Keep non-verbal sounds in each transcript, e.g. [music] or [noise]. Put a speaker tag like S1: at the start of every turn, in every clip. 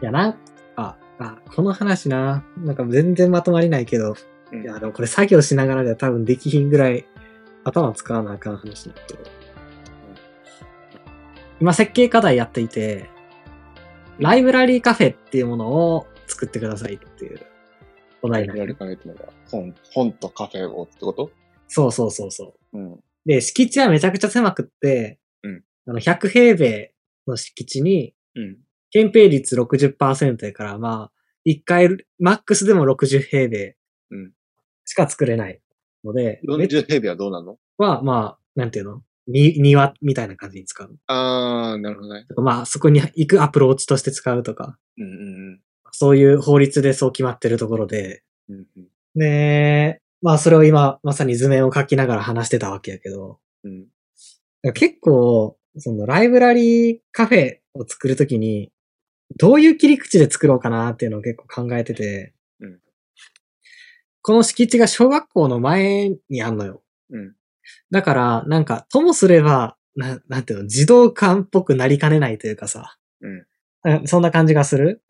S1: いや、なんか、あ、この話な、なんか全然まとまりないけど、
S2: うん
S1: いや、でもこれ作業しながらでは多分できひんぐらい頭使わなあかん話だけど。今設計課題やっていて、ライブラリーカフェっていうものを作ってくださいっていうお題な
S2: や
S1: ん
S2: り
S1: よ
S2: かねてのが、本、本とカフェをってこと
S1: そうそうそうそう。
S2: うん。
S1: で、敷地はめちゃくちゃ狭くって、
S2: うん
S1: あの100平米の敷地に、
S2: うん。
S1: 憲兵率60%やから、まあ、1回、マックスでも60平米
S2: うん
S1: しか作れないので、ベッ
S2: 40平米はどうなの
S1: ドは、まあ、なんていうのに庭みたいな感じに使う。
S2: あー、なるほどね。
S1: まあ、そこに行くアプローチとして使うとか、
S2: うんうん
S1: そういう法律でそう決まってるところで、
S2: うん。うんうん
S1: ねまあ、それを今、まさに図面を描きながら話してたわけやけど、
S2: うん。
S1: 結構、そのライブラリーカフェを作るときに、どういう切り口で作ろうかなっていうのを結構考えてて、
S2: うん
S1: この敷地が小学校の前にあんのよ。
S2: うん
S1: だから、なんか、ともすれば、ななんていうの、児童館っぽくなりかねないというかさ、
S2: うん
S1: あそんな感じがする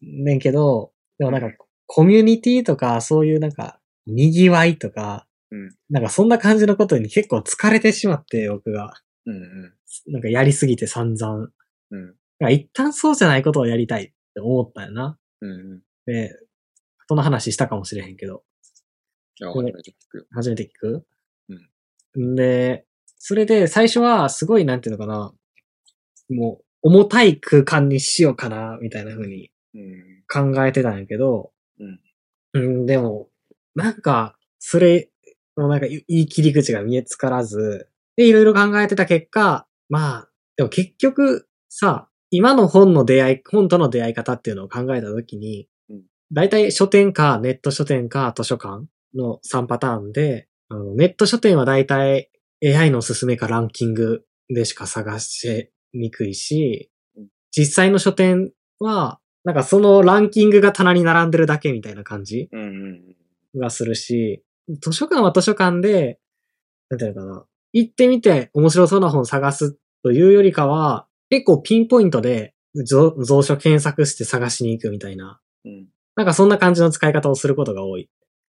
S1: ねんけど、でもなんか
S2: うん、
S1: コミュニティとか、そういうなんか、賑わいとか、
S2: うん
S1: なんかそんな感じのことに結構疲れてしまって、僕が。
S2: うんうん。
S1: なんかやりすぎて散々。だ
S2: うん
S1: から一旦そうじゃないことをやりたいって思ったよな。
S2: うんうん。
S1: で、その話したかもしれへんけど、
S2: じゃあ、わかりました。聞くよ。
S1: 初めて聞くうん。で、それで最初はすごいなんていうのかな、もう重たい空間にしようかな、みたいな風に
S2: うん。
S1: 考えてたんやけど、う
S2: うん。
S1: ん、でも、なんか、それ、もなんかいいい切り口が見えつからず、で、いろいろ考えてた結果、まあ、でも結局さ、今の本の出会い、本との出会い方っていうのを考えたときに
S2: うん、
S1: 大体書店かネット書店か図書館の3パターンで、あのネット書店は大体 AI のおすすめかランキングでしか探しにくいし
S2: うん、
S1: 実際の書店は、なんかそのランキングが棚に並んでるだけみたいな感じ
S2: うんうん
S1: がするし、図書館は図書館で、なんていうのかな、行ってみて面白そうな本探すというよりかは、結構ピンポイントで蔵蔵書検索して探しに行くみたいな、
S2: うん。うん。
S1: なんかそんな感じの使い方をすることが多い。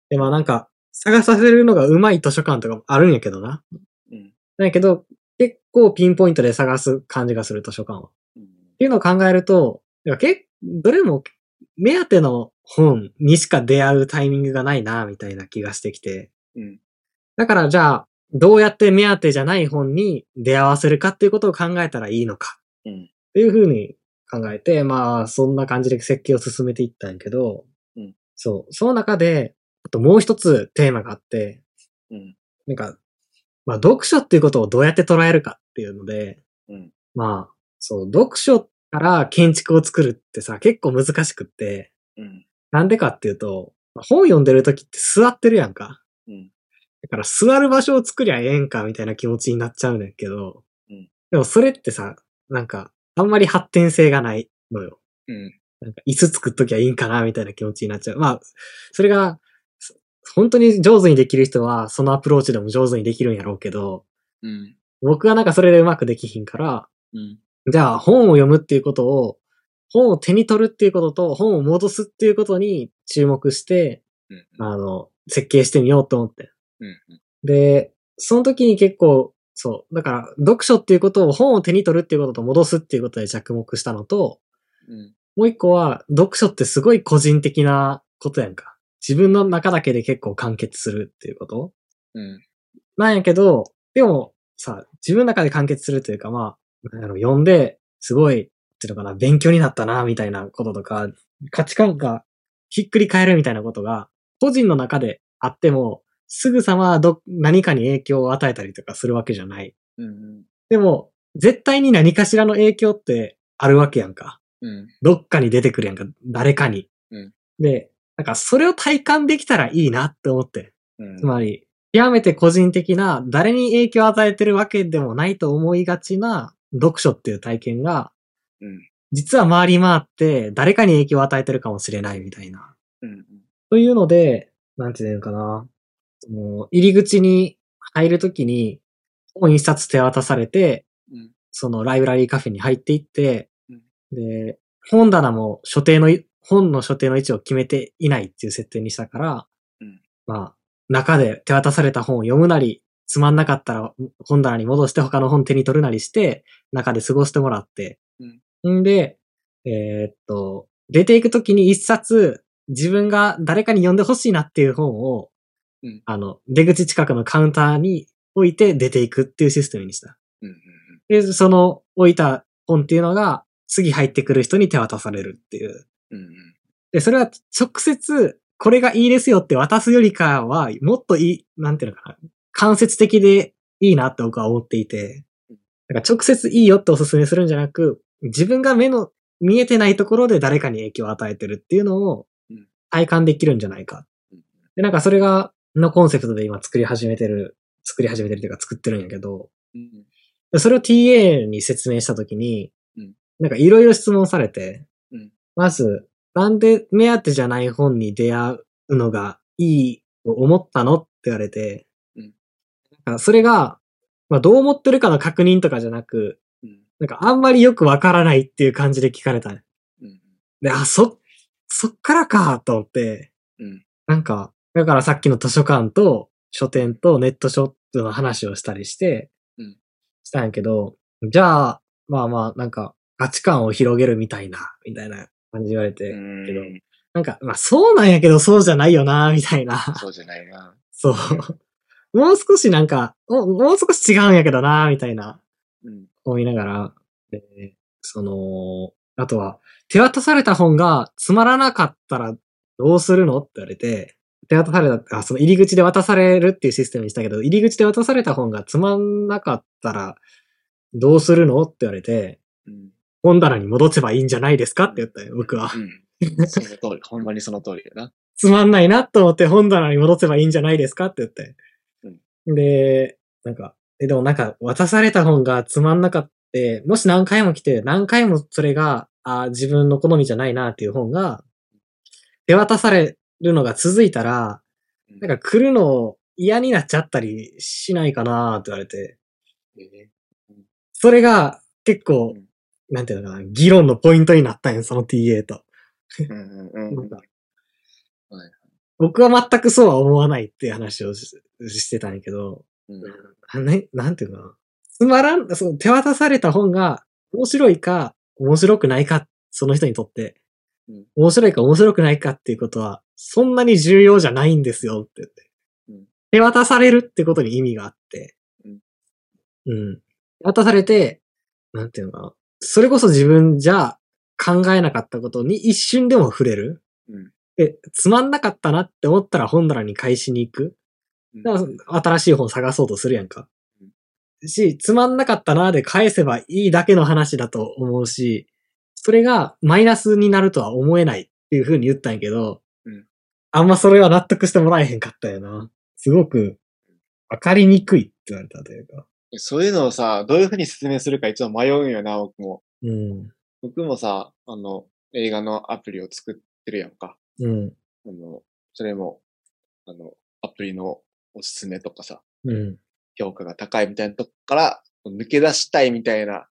S1: で、まあなんか、探させるのが上手い図書館とかもあるんやけどな。
S2: うん。
S1: だけど、結構ピンポイントで探す感じがする図書館は。
S2: うん
S1: っていうのを考えると、けどれも目当ての本にしか出会うタイミングがないな、みたいな気がしてきて。
S2: うん。
S1: だからじゃあ、どうやって目当てじゃない本に出会わせるかっていうことを考えたらいいのか。
S2: うん
S1: っていうふうに考えて、まあ、そんな感じで設計を進めていったんやけど、
S2: うん
S1: そう。その中で、あともう一つテーマがあって、
S2: うん。
S1: なんか、まあ、読書っていうことをどうやって捉えるかっていうので、
S2: うん
S1: まあ、そう、読書から建築を作るってさ、結構難しくって、
S2: うん。
S1: なんでかっていうと、本読んでる時って座ってるやんか。
S2: うん
S1: だから座る場所を作りゃええんかみたいな気持ちになっちゃうんだけど、
S2: うん
S1: でもそれってさ、なんか、あんまり発展性がないのよ。
S2: うん。
S1: なんか椅子作っときゃいいんかなみたいな気持ちになっちゃう。まあ、それが、そ本当に上手にできる人は、そのアプローチでも上手にできるんやろうけど、
S2: うん。
S1: 僕はなんかそれでうまくできひんから、
S2: うん。
S1: じゃあ本を読むっていうことを、本を手に取るっていうことと、本を戻すっていうことに注目して、
S2: うん。
S1: あの、設計してみようと思って。
S2: うん。
S1: で、その時に結構、そう、だから読書っていうことを本を手に取るっていうことと戻すっていうことで着目したのと、
S2: うん。
S1: もう一個は、読書ってすごい個人的なことやんか。自分の中だけで結構完結するっていうこと
S2: うん。
S1: なんやけど、でもさ、自分の中で完結するというか、まあ、なんやろ読んで、すごい、っていうのかな、勉強になったな、みたいなこととか、価値観がひっくり返るみたいなことが、個人の中であっても、すぐさまど何かに影響を与えたりとかするわけじゃない。
S2: うん。
S1: でも、絶対に何かしらの影響ってあるわけやんか。
S2: うん。
S1: どっかに出てくるやんか、誰かに。
S2: うん
S1: で、なんかそれを体感できたらいいなって思って。
S2: うん。
S1: つまり、極めて個人的な、誰に影響を与えてるわけでもないと思いがちな読書っていう体験が、
S2: うん
S1: 実は回り回って誰かに影響を与えてるかもしれないみたいな。
S2: うん。
S1: というので、なんていうのかな。もう入り口に入るときに、本一冊手渡されて、
S2: うん。
S1: そのライブラリーカフェに入っていって
S2: うん、
S1: で、本棚も所定のい、本の所定の位置を決めていないっていう設定にしたから、
S2: うん
S1: まあ、中で手渡された本を読むなり、つまんなかったら本棚に戻して他の本手に取るなりして、中で過ごしてもらって。んで、えーっと、出ていくときに一冊、自分が誰かに読んでほしいなっていう本を、
S2: うん
S1: あの、出口近くのカウンターに置いて出ていくっていうシステムにした。
S2: うんうん
S1: で、その置いた本っていうのが、次入ってくる人に手渡されるっていう。
S2: うんうんうん
S1: で、それは直接、これがいいですよって渡すよりかは、もっといい、なんていうのかな。間接的でいいなって僕は思っていて
S2: うん。
S1: だから直接いいよっておすすめするんじゃなく、自分が目の見えてないところで誰かに影響を与えてるっていうのを
S2: うん
S1: 体感できるんじゃないか
S2: うん。
S1: で、なんかそれが、のコンセプトで今作り始めてる、作り始めてるっていうか作ってるんやけど、
S2: うん
S1: でそれを TA に説明したときに、
S2: うん
S1: なんかいろいろ質問されて、
S2: うん
S1: まず、なんで目当てじゃない本に出会うのがいいと思ったのって言われて、
S2: うん
S1: なんかそれが、まあ、どう思ってるかの確認とかじゃなく、
S2: うん
S1: なんかあんまりよくわからないっていう感じで聞かれた。
S2: うん
S1: で、あ、そ、そっからか、と思って。
S2: うん
S1: なんか、だからさっきの図書館と書店とネットショップの話をしたりして、
S2: うん
S1: したんやけど、じゃあ、まあまあ、なんか、価値観を広げるみたいな、みたいな感じ言われて、
S2: うん
S1: けどなんか、まあそうなんやけど、そうじゃないよな、みたいな。
S2: そうじゃないな。
S1: そう。もう少しなんか、もうもう少し違うんやけどな、みたいな。
S2: うん
S1: 思いながら、で、その、あとは、手渡された本がつまらなかったらどうするのって言われて、手渡された、あ、その入り口で渡されるっていうシステムにしたけど、入り口で渡された本がつまんなかったらどうするのって言われて、
S2: うん
S1: 本棚に戻せばいいんじゃないですかって言ったよ、僕は。
S2: うん。その通り、ほんまにその通りやな。
S1: つまんないなと思って本棚に戻せばいいんじゃないですかって言って。で、なんか、えでもなんか渡された本がつまんなかって、もし何回も来て、何回もそれが、あ自分の好みじゃないなっていう本が、手渡されるのが続いたら、
S2: うん
S1: なんか来るの嫌になっちゃったりしないかなって言われて、
S2: え
S1: それが結構
S2: うん、
S1: なんていうのかな、議論のポイントになったんよ、その TA と。
S2: ーうんう
S1: な
S2: んうんん
S1: か
S2: はい
S1: 僕は全くそうは思わないっていう話をししてたんやけど、
S2: うん
S1: ね、なんていうかな。つまらん、その手渡された本が面白いか面白くないか、その人にとって
S2: うん。
S1: 面白いか面白くないかっていうことは、そんなに重要じゃないんですよって言って。
S2: うん
S1: 手渡されるってことに意味があって。
S2: うん
S1: うん。手渡されて、なんていうのかな。それこそ自分じゃ考えなかったことに一瞬でも触れる。
S2: うん
S1: で、つまんなかったなって思ったら本棚に返しに行く。
S2: うん
S1: だから新しい本探そうとするやんか
S2: う。
S1: し、つまんなかったなで返せばいいだけの話だと思うし、それがマイナスになるとは思えないっていう風に言ったんやけど、
S2: うん
S1: あんまそれは納得してもらえへんかったよな。すごく、わかりにくいって言われたというか。
S2: そういうのをさ、どういうふうに説明するかいつも迷うんよな、僕も。
S1: うん。
S2: 僕もさ、あの、映画のアプリを作ってるやんか。
S1: うん。
S2: あの、それも、あの、アプリのおすすめとかさ、
S1: うん。
S2: 評価が高いみたいなとこから抜け出したいみたいな、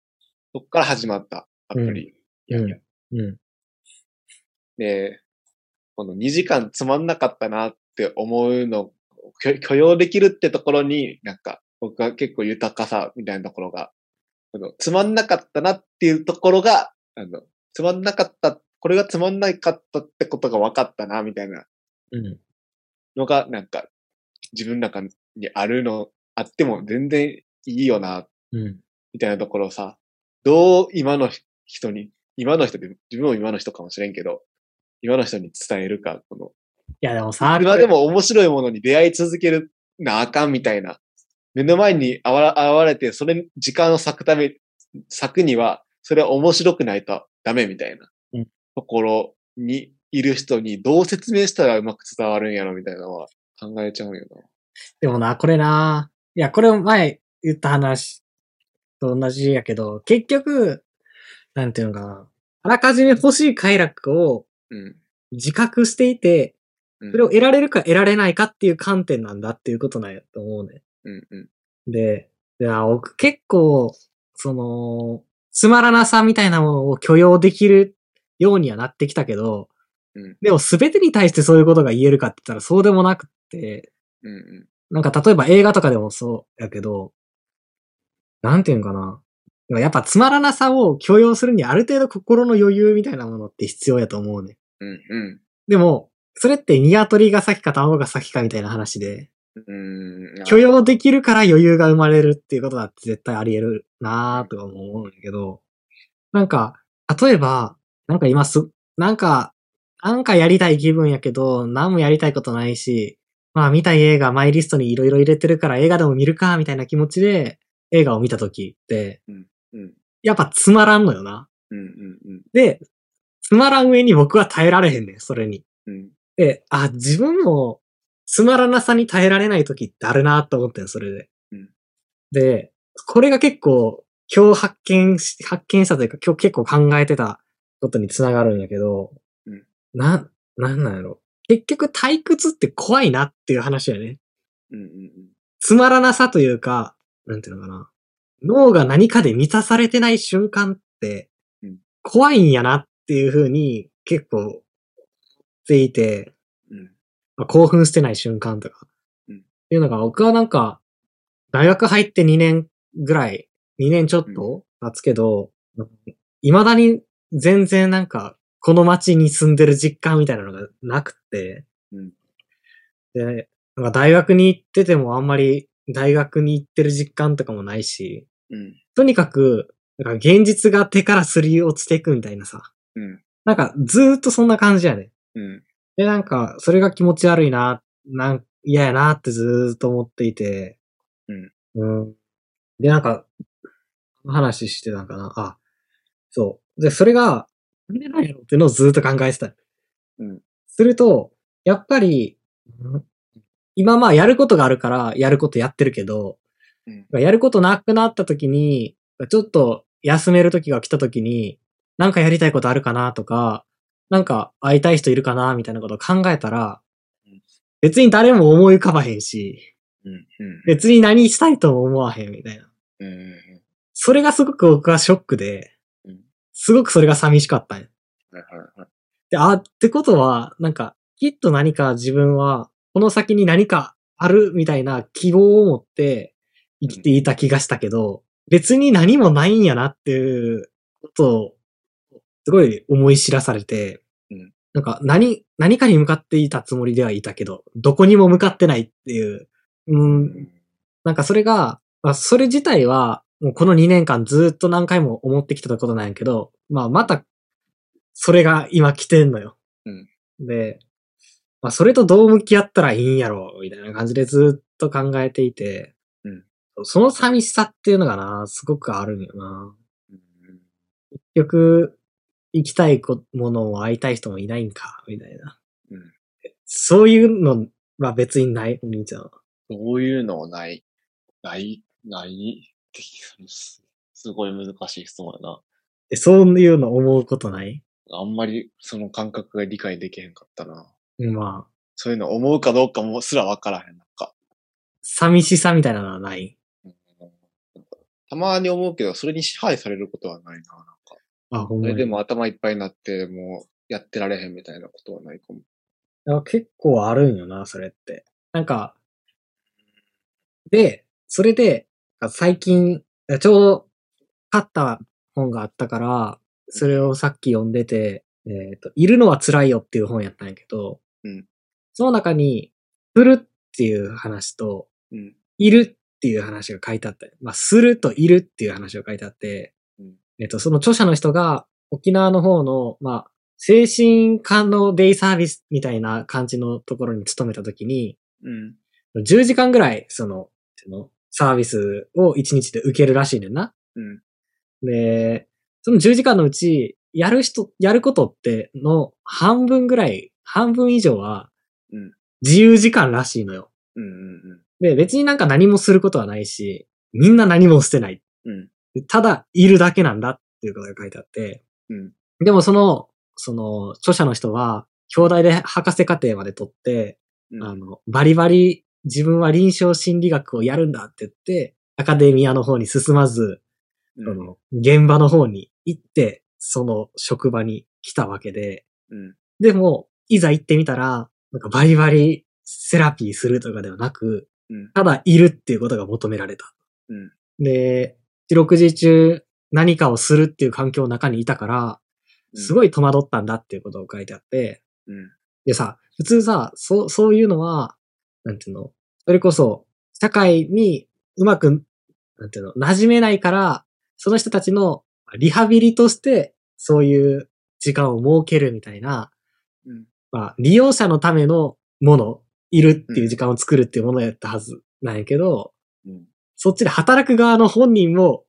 S2: とこから始まったアプリやんや。
S1: うん。
S2: で、この2時間つまんなかったなって思うのを許許容できるってところに、なんか僕は結構豊かさみたいなところが、このつまんなかったなっていうところが、あの、つまんなかった、これがつまんなかったってことが分かったなみたいな
S1: うん。
S2: のが、なんか自分の中にあるの、あっても全然いいよな
S1: うん。
S2: みたいなところをさ、どう今の人に、今の人で、自分も今の人かもしれんけど、今の人に伝えるか、この、
S1: いやでもさ、
S2: 今でも面白いものに出会い続けるなあかんみたいな。目の前にあわ現れて、それ、時間を割くため、割くには、それは面白くないとダメみたいな
S1: うん
S2: ところにいる人にどう説明したらうまく伝わるんやろみたいなのは考えちゃうよな。
S1: でもな、これな、いや、これ前言った話と同じやけど、結局、なんていうのかな。あらかじめ欲しい快楽を
S2: うん。
S1: 自覚していて、
S2: うん
S1: それを得られるか得られないかっていう観点なんだっていうことなんやと思うね。
S2: うんうん。
S1: で、いや、僕結構、その、つまらなさみたいなものを許容できるようにはなってきたけど、
S2: うん
S1: でも全てに対してそういうことが言えるかって言ったらそうでもなくって、
S2: うんう
S1: なんか例えば映画とかでもそうやけど、なんていうんかな。でもやっぱつまらなさを許容するにある程度心の余裕みたいなものって必要やと思うね。
S2: ん。うん
S1: でも、それってニワトリが先か卵が先かみたいな話で、
S2: うん。うん。
S1: 許容できるから余裕が生まれるっていうことだって絶対あり得るなーとかも思うんだけど、なんか、例えば、なんか今す、なんか、なんかやりたい気分やけど、何もやりたいことないし、まあ見たい映画マイリストにいろいろ入れてるから映画でも見るか、みたいな気持ちで映画を見た時って、
S2: うん。
S1: やっぱつまらんのよな。
S2: うんうんうん。
S1: で、つまらん上に僕は耐えられへんねん、それに。
S2: うん。
S1: で、あ、自分もつまらなさに耐えられない時ってあるなと思ってん、それで。
S2: うん
S1: で、これが結構今日発見し、発見したというか今日結構考えてたことにつながるんやけど、
S2: うん
S1: な、なんなんやろ。結局退屈って怖いなっていう話やね。
S2: うんうん
S1: つまらなさというか、なんていうのかな。脳が何かで満たされてない瞬間って
S2: うん、
S1: 怖いんやなっていうふうに結構思っていて、
S2: うん。
S1: まあ興奮してない瞬間とか。
S2: うん
S1: っていうのが、僕はなんか、大学入って2年ぐらい、2年ちょっと経つけど、未だに全然なんか、この街に住んでる実感みたいなのがなくて、
S2: うん
S1: で、なんか大学に行っててもあんまり大学に行ってる実感とかもないし、
S2: うん。
S1: とにかく、なんか現実が手からすり落ちていくみたいなさ、
S2: うん。
S1: なんかずーっとそんな感じやね。
S2: うん。
S1: で、なんか、それが気持ち悪いな、なん、嫌やなってずーっと思っていて、
S2: うん。
S1: うん。で、なんか、話してたんかな。あ、そう。で、それが、なんでなんやろっていうのをずーっと考えてた。
S2: うん。
S1: すると、やっぱり、うん今まあやることがあるから、やることやってるけど、
S2: うん。
S1: やることなくなった時に、ちょっと休める時が来た時に、なんかやりたいことあるかなとか、なんか会いたい人いるかなみたいなことを考えたら
S2: うん、
S1: 別に誰も思い浮かばへんし、
S2: うん。うん。
S1: 別に何したいとも思わへんみたいな。
S2: うん。
S1: それがすごく僕はショックで
S2: うん、
S1: すごくそれが寂しかったんや
S2: はいはいはい。
S1: で、あ、ってことは、なんか、きっと何か自分は、この先に何かあるみたいな希望を持って生きていた気がしたけど、別に何もないんやなっていうことを、すごい思い知らされて、
S2: うん
S1: なんか何、何かに向かっていたつもりではいたけど、どこにも向かってないっていう、う、
S2: うんん。
S1: なんかそれが、まあ、それ自体は、もうこの2年間ずっと何回も思ってきてたことなんやけど、まあまた、それが今来てんのよ。
S2: うん
S1: で、まあそれとどう向き合ったらいいんやろう、みたいな感じでずっと考えていて、
S2: うん
S1: その寂しさっていうのがな、すごくあるんよな。
S2: うん
S1: 結局、行きたいこものを会いたい人もいないんか、みたいな。
S2: うん
S1: そういうのは別にない、お兄ちゃんは。
S2: そういうのをない、ない、ないってす、すごい難しい質問やな。
S1: えそういうの思うことない
S2: あんまりその感覚が理解できへんかったな。
S1: まあ。
S2: そういうの思うかどうかもすらわからへん。なんか、
S1: 寂しさみたいなのはない
S2: うんなんかたまに思うけど、それに支配されることはないな。なんか、
S1: あ、ほん
S2: そ
S1: ま
S2: れで
S1: に。
S2: も頭いっぱいになって、もうやってられへんみたいなことはないかも。
S1: あ結構あるんよな、それって。なんか、で、それで、あ最近、あちょうど、買った本があったから、それをさっき読んでて、えっ、と、いるのは辛いよっていう本やったんやけど、
S2: うん
S1: その中に、するっていう話と、
S2: うん。
S1: いるっていう話が書いてあった。まあ、するといるっていう話が書いてあって、
S2: うん
S1: えっと、その著者の人が沖縄の方の、まあ、精神科のデイサービスみたいな感じのところに勤めたときに、
S2: うん。
S1: 10時間ぐらい、その、そのサービスを1日で受けるらしいねんな。
S2: うん。
S1: で、その10時間のうち、やる人、やることっての半分ぐらい、半分以上は
S2: うん、
S1: 自由時間らしいのよ。
S2: うん。うん。
S1: で、別になんか何もすることはないし、みんな何もしてない。
S2: うん。
S1: ただ、いるだけなんだっていうことが書いてあって。
S2: うん。
S1: でもその、その、著者の人は、兄弟で博士課程まで取って、
S2: うん。
S1: あの、バリバリ自分は臨床心理学をやるんだって言って、アカデミアの方に進まず、
S2: う
S1: そ
S2: ん。
S1: の、現場の方に行って、その職場に来たわけで、
S2: うん。
S1: でも、いざ行ってみたら、なんかバリバリセラピーするとかではなく、
S2: うん。
S1: ただいるっていうことが求められた。
S2: うん
S1: で、四六時中何かをするっていう環境の中にいたから、す
S2: い。
S1: ごい戸惑ったんだっていうことを書いてあって、
S2: うん。
S1: でさ、普通さ、そう、そういうのは、なんていうの、それこそ、社会にうまく、なんていうの、馴染めないから、その人たちのリハビリとして、そういう時間を設けるみたいな、
S2: うん。
S1: まあ、利用者のためのもの、いるっていう時間を作るっていうものやったはずなんやけど、
S2: うん。
S1: そっちで働く側の本人も、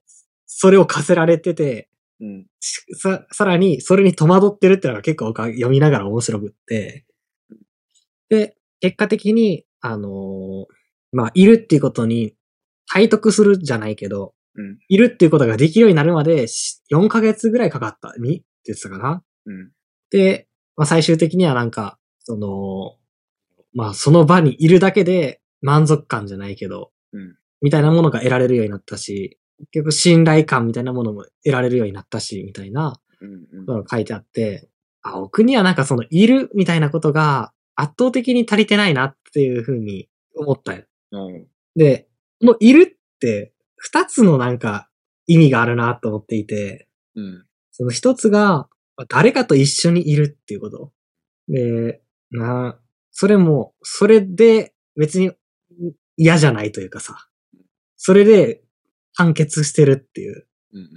S1: それを課せられてて、
S2: うん。
S1: しさ、さらに、それに戸惑ってるってのが結構僕は読みながら面白くって。で、結果的に、あのーまあ、いるっていうことに、体得するじゃないけど、
S2: うん
S1: いるっていうことができるようになるまで、し4ヶ月ぐらいかかった。にって言ってたかな
S2: うん。
S1: で、まあ、最終的にはなんか、その、まあ、その場にいるだけで満足感じゃないけど、
S2: うん
S1: みたいなものが得られるようになったし、結局信頼感みたいなものも得られるようになったし、みたいな
S2: うん。
S1: のが書いてあって、あ、僕にはなんかそのいるみたいなことが圧倒的に足りてないなっていうふうに思ったよ。
S2: うん。
S1: で、このいるって二つのなんか意味があるなと思っていて、
S2: うん。
S1: その一つが、まあ誰かと一緒にいるっていうこと。で、な、それも、それで別にん嫌じゃないというかさ、それで完結してるっていう、
S2: うん。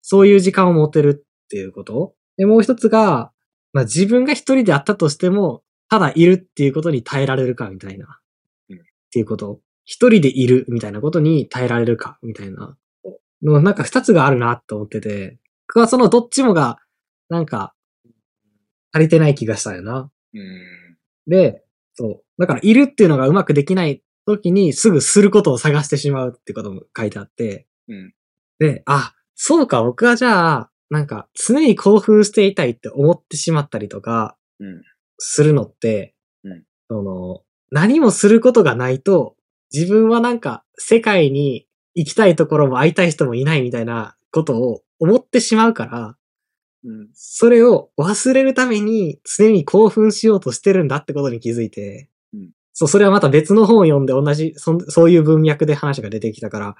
S1: そういう時間を持てるっていうこと。で、もう一つが、まあ自分が一人であったとしても、ただいるっていうことに耐えられるかみたいな、
S2: うん
S1: っていうこと。一人でいるみたいなことに耐えられるかみたいな。のなんか二つがあるなと思ってて、僕はそのどっちもが、なんか、足りてない気がしたよな。
S2: うん。
S1: で、そう。だから、いるっていうのがうまくできない時に、すぐすることを探してしまうってことも書いてあって。
S2: うん
S1: で、あ、そうか、僕はじゃあ、なんか、常に興奮していたいって思ってしまったりとか、
S2: うん
S1: するのって、
S2: うん
S1: その、何もすることがないと、自分はなんか、世界に行きたいところも会いたい人もいないみたいなことを思ってしまうから、
S2: うん。
S1: それを忘れるために常に興奮しようとしてるんだってことに気づいて、
S2: うん
S1: そう、それはまた別の本を読んで同じそん、そういう文脈で話が出てきたから、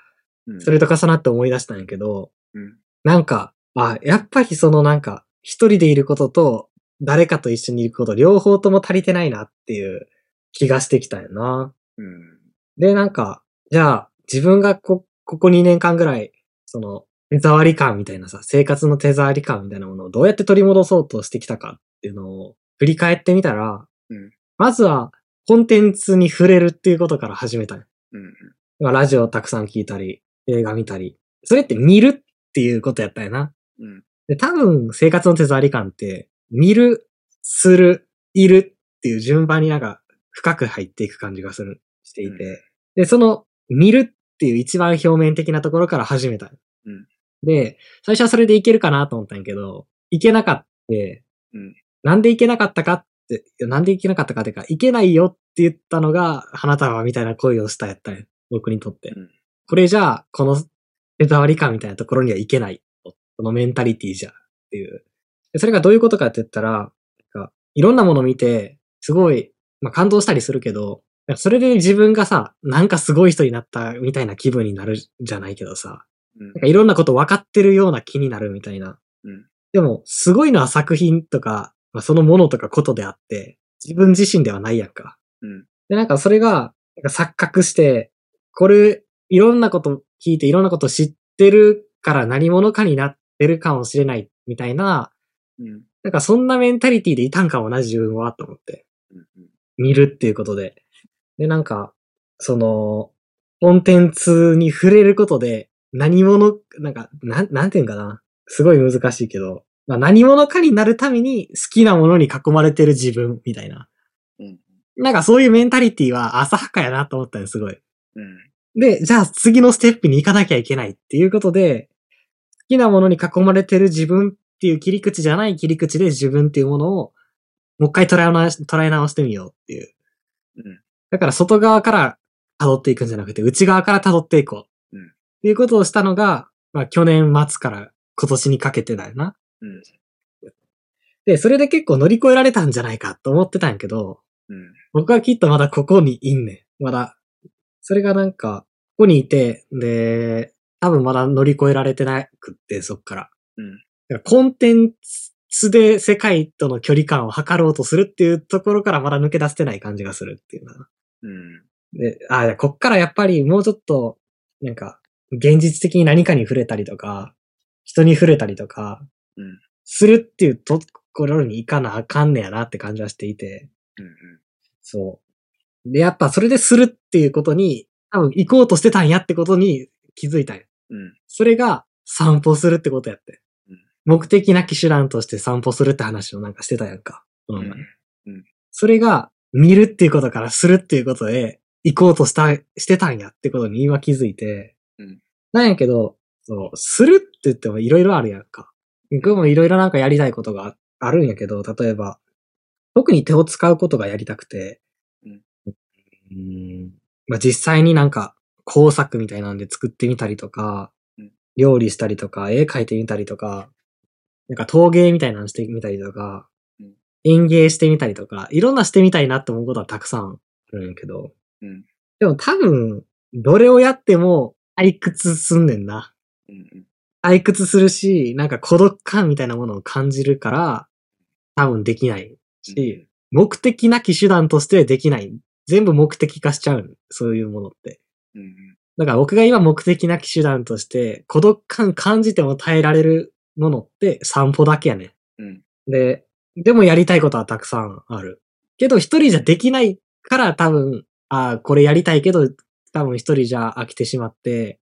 S2: うん。
S1: それと重なって思い出したんやけど、
S2: うん。
S1: なんか、あ、やっぱりそのなんか、一人でいることと、誰かと一緒にいること、両方とも足りてないなっていう気がしてきたよな。
S2: うん。
S1: で、なんか、じゃあ、自分がこ、ここ2年間ぐらい、その、手触り感みたいなさ、生活の手触り感みたいなものをどうやって取り戻そうとしてきたかっていうのを振り返ってみたら、
S2: うん
S1: まずは、コンテンツに触れるっていうことから始めたの。
S2: うん。
S1: まあラジオをたくさん聞いたり、映画見たり、それって見るっていうことやったよな。
S2: うん。
S1: で、多分、生活の手触り感って、見る、する、いるっていう順番になんか、深く入っていく感じがする、していて。
S2: う
S1: で、その、見るっていう一番表面的なところから始めた。
S2: うん
S1: で、最初はそれでいけるかなと思ったんやけど、いけなかった。
S2: うん
S1: なんでいけなかったかって、いやなんでいけなかったかっていうか、いけないよって言ったのが、花束みたいな恋をしたやったんよ僕にとって。
S2: うん
S1: これじゃあ、この手触り感みたいなところにはいけない。このメンタリティじゃっていう。でそれがどういうことかって言ったら、なんかいろんなもの見て、すごい、まあ、感動したりするけど、なんかそれで自分がさ、なんかすごい人になったみたいな気分になるじゃないけどさ、
S2: うん
S1: なんかいろんなこと分かってるような気になるみたいな。
S2: うん
S1: でも、すごいのは作品とか、まあ、そのものとかことであって、自分自身ではないやんか。
S2: うん
S1: で、なんかそれが、なんか錯覚して、これ、いろんなこと聞いて、いろんなこと知ってるから何者かになってるかもしれない、みたいな、
S2: うん。
S1: なんかそんなメンタリティでいたんかもな、自分は、と思って。
S2: うん。
S1: 見るっていうことで。で、なんか、その、コンテンツに触れることで、何者、なんか、なん、なんていうんかな。すごい難しいけど、まあ、何者かになるために好きなものに囲まれてる自分、みたいな。
S2: うん。
S1: なんかそういうメンタリティは浅はかやなと思ったよ、すごい。
S2: うん。
S1: で、じゃあ次のステップに行かなきゃいけないっていうことで、好きなものに囲まれてる自分っていう切り口じゃない切り口で自分っていうものをもう一回捉え直し捉え直してみようっていう。
S2: うん
S1: だから外側から辿っていくんじゃなくて内側から辿っていこう。
S2: うん
S1: っていうことをしたのが、まあ去年末から今年にかけてだよな。
S2: うん。
S1: で、それで結構乗り越えられたんじゃないかと思ってたんやけど、
S2: うん。
S1: 僕はきっとまだここにいんねん。まだ。それがなんか、ここにいて、で、多分まだ乗り越えられてなくって、そっから。
S2: うん
S1: だからコンテンツで世界との距離感を測ろうとするっていうところからまだ抜け出せてない感じがするっていうな。
S2: うん。
S1: で、ああ、こっからやっぱりもうちょっと、なんか、現実的に何かに触れたりとか、人に触れたりとか
S2: うん、
S1: するっていうところに行かなあかんねやなって感じはしていて。
S2: うん。
S1: そう。で、やっぱそれでするっていうことに、多分行こうとしてたんやってことに気づいたんよ
S2: うん。
S1: それが散歩するってことやって
S2: うん。
S1: 目的なき手段として散歩するって話をなんかしてたやんか。こ
S2: う
S1: の前
S2: ん。
S1: それが見るっていうことからするっていうことで行こうとした、してたんやってことに今気づいて。
S2: うん
S1: なんやけど、そう、するって言ってもいろいろあるやんか。僕もいろいろなんかやりたいことがあるんやけど、例えば、特に手を使うことがやりたくて、
S2: うん
S1: うんまあ、実際になんか工作みたいなんで作ってみたりとか
S2: うん、
S1: 料理したりとか、絵描いてみたりとか、なんか陶芸みたいなのしてみたりとか、園芸してみたりとか、いろんなしてみたいなって思うことはたくさんあるんやけど。
S2: うん
S1: でも多分、どれをやっても退屈すんねんな。
S2: うん。
S1: 退屈するし、なんか孤独感みたいなものを感じるから、多分できないし、目的なき手段としてできない。全部目的化しちゃう。そういうものって。
S2: うん。
S1: だから僕が今目的なき手段として、孤独感感じても耐えられるものって散歩だけやねん。
S2: うん。
S1: で、でもやりたいことはたくさんある。けど一人じゃできないから多分、ああ、これやりたいけど、多分一人じゃ飽きてしまって、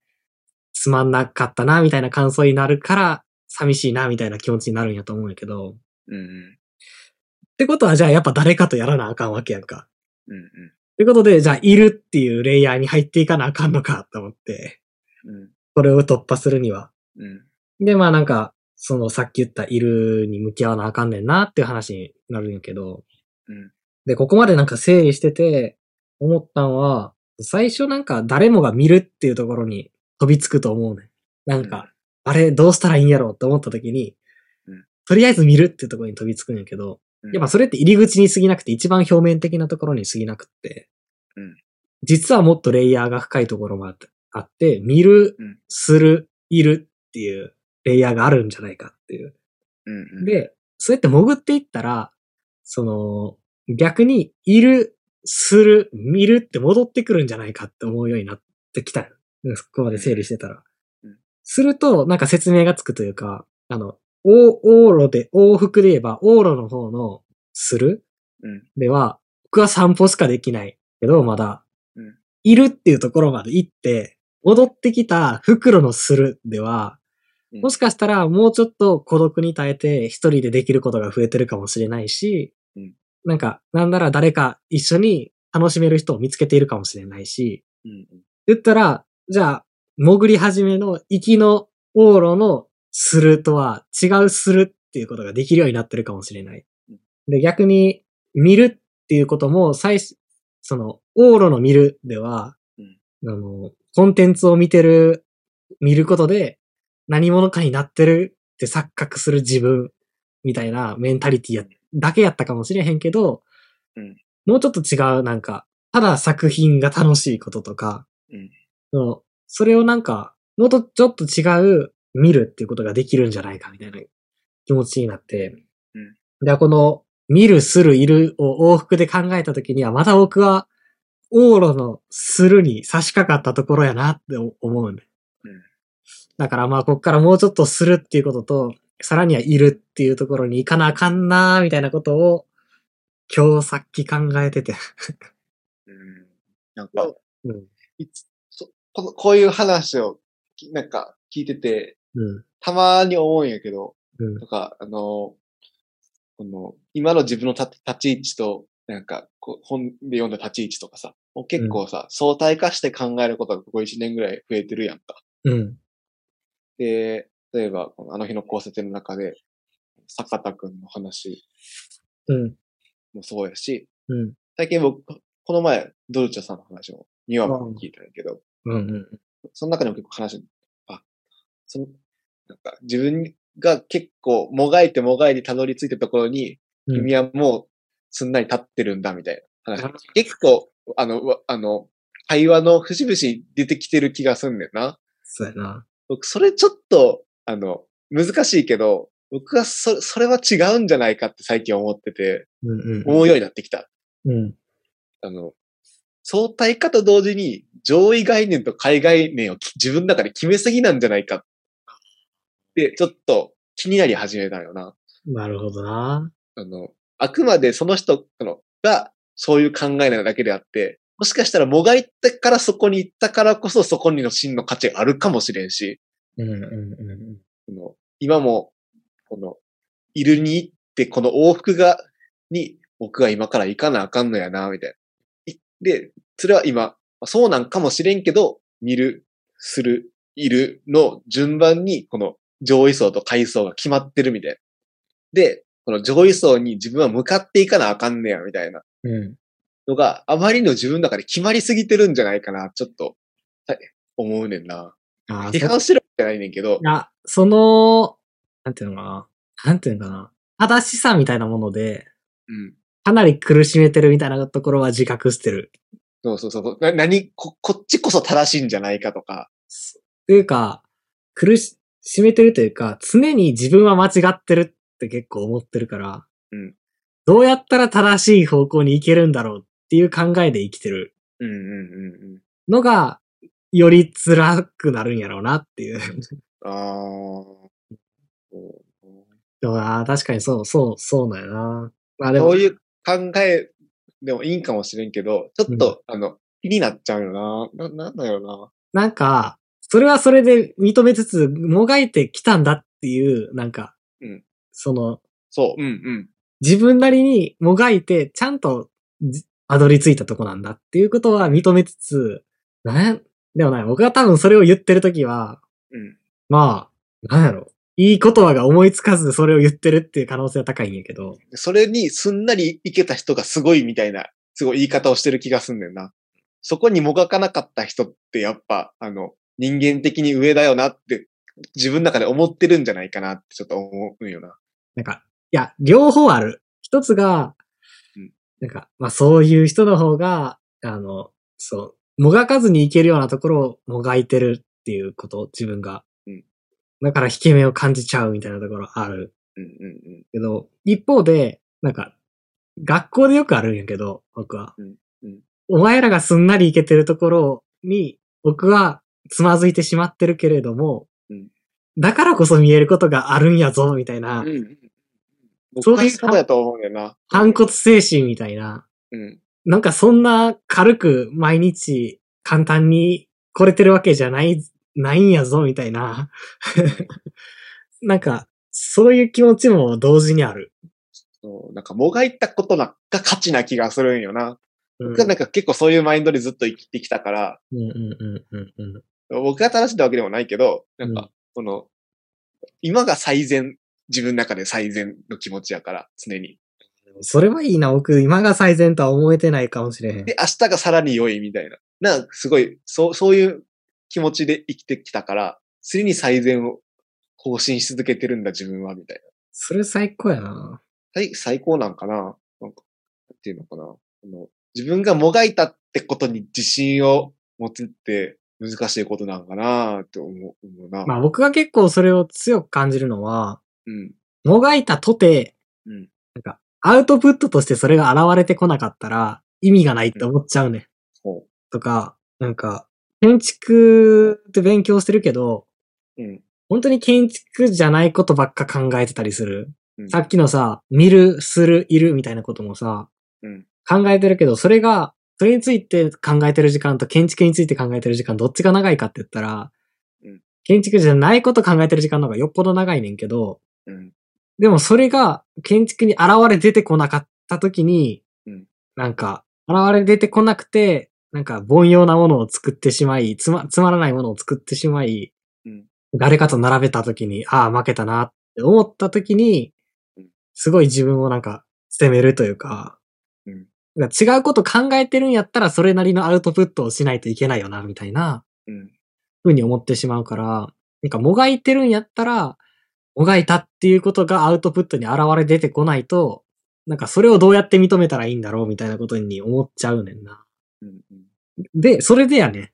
S1: つまんなかったな、みたいな感想になるから、寂しいな、みたいな気持ちになるんやと思うんやけど。っ
S2: うん。
S1: てことは、じゃあやっぱ誰かとやらなあかんわけやんか。
S2: うん。
S1: ってことで、じゃあいるっていうレイヤーに入っていかなあかんのか、と思って。
S2: うん。
S1: これを突破するには。
S2: うん。
S1: で、まあなんか、そのさっき言ったいるに向き合わなあかんねんなっていう話になるんやけど。
S2: うん
S1: で、ここまでなんか整理してて思ったのは、最初なんか誰もが見るっていうところに飛びつくと思うね。なんか、あれどうしたらいいんやろうって思った時に
S2: うん、
S1: とりあえず見るっていうところに飛びつくんやけど、
S2: うん。
S1: やっぱそれって入り口に過ぎなくて一番表面的なところに過ぎなくって、
S2: うん
S1: 実はもっとレイヤーが深いところもあって、あって見る
S2: うん、
S1: する、いるっていうレイヤーがあるんじゃないかっていう。
S2: うん。、
S1: で、そうやって潜っていったら、その、逆にいる、する、見るって戻ってくるんじゃないかって思うようになってきたよ。そこまで整理してたら
S2: うん。
S1: すると、なんか説明がつくというか、あの、お、往路で、往復で言えば、往路の方のする
S2: うん。
S1: では、僕は散歩しかできないけど、まだ
S2: うん、
S1: いるっていうところまで行って、戻ってきた袋のするでは、
S2: うん
S1: もしかしたらもうちょっと孤独に耐えて一人でできることが増えてるかもしれないし、
S2: うん
S1: なんか、なんなら誰か一緒に楽しめる人を見つけているかもしれないし、
S2: うん。
S1: 言ったら、じゃあ、潜り始めの行きの往路のするとは違うするっていうことができるようになってるかもしれない
S2: うん。
S1: で、逆に見るっていうことも最初、その、往路の見るでは、
S2: うん
S1: あの、コンテンツを見てる、見ることで何者かになってるって錯覚する自分みたいなメンタリティやだけやったかもしれへんけど、
S2: うん
S1: もうちょっと違うなんか、ただ作品が楽しいこととか、
S2: うん
S1: そうそれをなんか、もっとちょっと違う見るっていうことができるんじゃないかみたいな気持ちになって、
S2: うん
S1: でこの見る、する、いるを往復で考えたときには、また僕は往路のするに差し掛かったところやなって思うね。
S2: うん
S1: だからまあ、こっからもうちょっとするっていうことと、さらにはいるっていうところに行かなあかんなーみたいなことを、今日さっき考えてて。
S2: うん。なんか、
S1: うん。
S2: いつ、そこのこういう話を、きなんか、聞いてて、
S1: うん。
S2: たまに思うんやけど、
S1: うん
S2: とか、あの、この、今の自分の立立ち位置と、なんか、こう本で読んだ立ち位置とかさ、もう結構さ、相対化して考えることがここ1年ぐらい増えてるやんか。
S1: うん。
S2: で、例えば、このあの日の交差点の中で、坂田くんの話
S1: うん。
S2: もそうやし、
S1: うん。
S2: 最近僕、この前、ドルチャさんの話も2話まで聞いたんやけど、
S1: うん。うん。
S2: その中でも結構話、あ、その、なんか自分が結構もがいてもがいてたどり着いたところに、
S1: うん
S2: 君はもうすんなり立ってるんだみたいな話
S1: なるほど
S2: 結構、あの、わあの、会話の節々出てきてる気がすんねんな。
S1: そうやな。
S2: 僕、それちょっと、あの、難しいけど、僕はそ、それは違うんじゃないかって最近思ってて、
S1: うんうん。
S2: 思うようになってきた。
S1: うん。
S2: あの、相対化と同時に、上位概念と下位概念をき自分の中で決めすぎなんじゃないかって、ちょっと気になり始めたよな。
S1: なるほどな。
S2: あの、あくまでその人あのがそういう考えなだけであって、もしかしたらもがいたからそこに行ったからこそそこにの真の価値があるかもしれんし、
S1: うんうんう。
S2: あの今も、この、いるに行って、この往復が、に、僕は今から行かなあかんのやな、みたいな。いで、それは今、そうなんかもしれんけど、見る、する、いるの順番に、この上位層と下位層が決まってるみたいな。で、この上位層に自分は向かっていかなあかんねや、みたいなん
S1: う
S2: のが、あまりの自分の中で決まりすぎてるんじゃないかな、ちょっと、はい思うねんな。
S1: ん。ああ、
S2: 批
S1: そう
S2: 判してるわけじゃないねんけど、
S1: あ、その、なんていうのかな。なんていうのかな。正しさみたいなもので、
S2: うん。
S1: かなり苦しめてるみたいなところは自覚してる。
S2: そうそうそう。な、何、こ、こっちこそ正しいんじゃないかとか。
S1: というか、苦しめてるというか、常に自分は間違ってるって結構思ってるから、
S2: うん
S1: どうやったら正しい方向に行けるんだろうっていう考えで生きてる
S2: うんうんうん
S1: のが、より辛くなるんやろうなっていう。 [laughs]
S2: うん。ああ。そ
S1: でもな、確かにそう、そう、そうなんやな。まあ
S2: う
S1: でも、
S2: そういう考えでもいいんかもしれんけど、ちょっと、あの、気になっちゃうよな。な、なんだよ
S1: なんか、それはそれで認めつつ、もがいてきたんだっていう、なんか、
S2: うん
S1: その、
S2: な。そう、うんうん。
S1: 自分なりにもがいて、ちゃんとじ、あどり着いたとこなんだっていうことは認めつつ、なんやでもない、僕が多分それを言ってるときは、
S2: うん。
S1: まあ、なんやろ、いい言葉が思いつかずそれを言ってるっていう可能性は高いんやけど、
S2: それにすんなりいけた人がすごいみたいな、すごい言い方をしてる気がすんねんな。そこにもがかなかった人ってやっぱ、あの、人間的に上だよなって、自分の中で思ってるんじゃないかなってちょっと思うよな。
S1: なんか、いや、両方ある。一つが
S2: うん、
S1: なんか、まあそういう人の方が、あの、そう、もがかずにいけるようなところをもがいてるっていうこと、自分が。
S2: うん
S1: だから引け目を感じちゃうみたいなところある。
S2: うんうんうん。
S1: けど、一方で、なんか、学校でよくあるんやけど、僕は。
S2: うんうん
S1: お前らがすんなりいけてるところに、僕はつまずいてしまってるけれども、
S2: うん
S1: だからこそ見えることがあるんやぞ、みたいな、そ
S2: そ
S1: うう
S2: い
S1: いうう
S2: そうやと思うんだよな。
S1: 反骨精神みたいな、
S2: うん。
S1: なんかそんな軽く毎日簡単に来れてるわけじゃない、ないんやぞ、みたいな。 [laughs] なんか、そういう気持ちも同時にある。
S2: そうなんか、もがいたことなが価値な気がするんよな。
S1: うん、う
S2: 僕
S1: ん
S2: はなんか結構そういうマインドでずっと生きてきたから、
S1: うんうんうんうん。
S2: 僕が正しいってわけでもないけど、なん
S1: う
S2: か、この、今が最善、自分の中で最善の気持ちやから、常に。
S1: それはいいな、僕、今が最善とは思えてないかもしれへん。
S2: で、明日がさらに良いみたいな。なんか、すごい、そう、そういう気持ちで生きてきたから、常に最善を更新し続けてるんだ、自分は、みたいな。
S1: それ最高やな。
S2: 最、最高なんかななんか、なんていうのかなあの自分がもがいたってことに自信を持つって難しいことなんかなって思う思うな。
S1: まあ僕が結構それを強く感じるのは、
S2: うん。
S1: もがいたとて、
S2: うん
S1: なんか、アウトプットとしてそれが現れてこなかったら、意味がないって思っちゃうね。ん、
S2: そ
S1: とか、なんか、建築って勉強してるけど、
S2: う。うん。
S1: 本当に建築じゃないことばっか考えてたりする。
S2: うん、
S1: さっきのさ、見る、する、いるみたいなこともさ、
S2: うん
S1: 考えてるけど、それが、それについて考えてる時間と建築について考えてる時間、どっちが長いかって言ったら、
S2: うん
S1: 建築じゃないこと考えてる時間の方がよっぽど長いねんけど、
S2: うん。
S1: でもそれが建築に現れ出てこなかった時に、
S2: うん
S1: なんか、現れ出てこなくて、なんか、凡庸なものを作ってしまい、つま、つまらないものを作ってしまい、
S2: うん
S1: 誰かと並べた時に、ああ、負けたなって思った時に
S2: うん、
S1: すごい自分をなんか、責めるというか、
S2: うん
S1: なんか違うこと考えてるんやったら、それなりのアウトプットをしないといけないよな、みたいな、
S2: うん。
S1: ふうに思ってしまうから、なんかもがいてるんやったら、もがいたっていうことがアウトプットに現れ出てこないと、なんかそれをどうやって認めたらいいんだろうみたいなことに思っちゃうねんな。
S2: うんうん
S1: で、それでやね。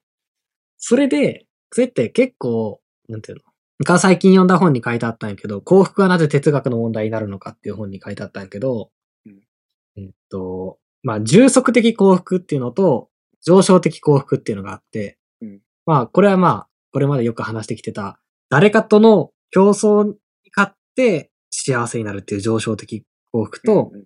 S1: それで、それって結構、なんていうの。僕は最近読んだ本に書いてあったんやけど、幸福はなぜ哲学の問題になるのかっていう本に書いてあったんやけど、
S2: うん
S1: えっと、まあ、充足的幸福っていうのと、上昇的幸福っていうのがあって、
S2: うん
S1: まあ、これはまあ、これまでよく話してきてた、誰かとの競争に勝って幸せになるっていう上昇的幸福と、
S2: うん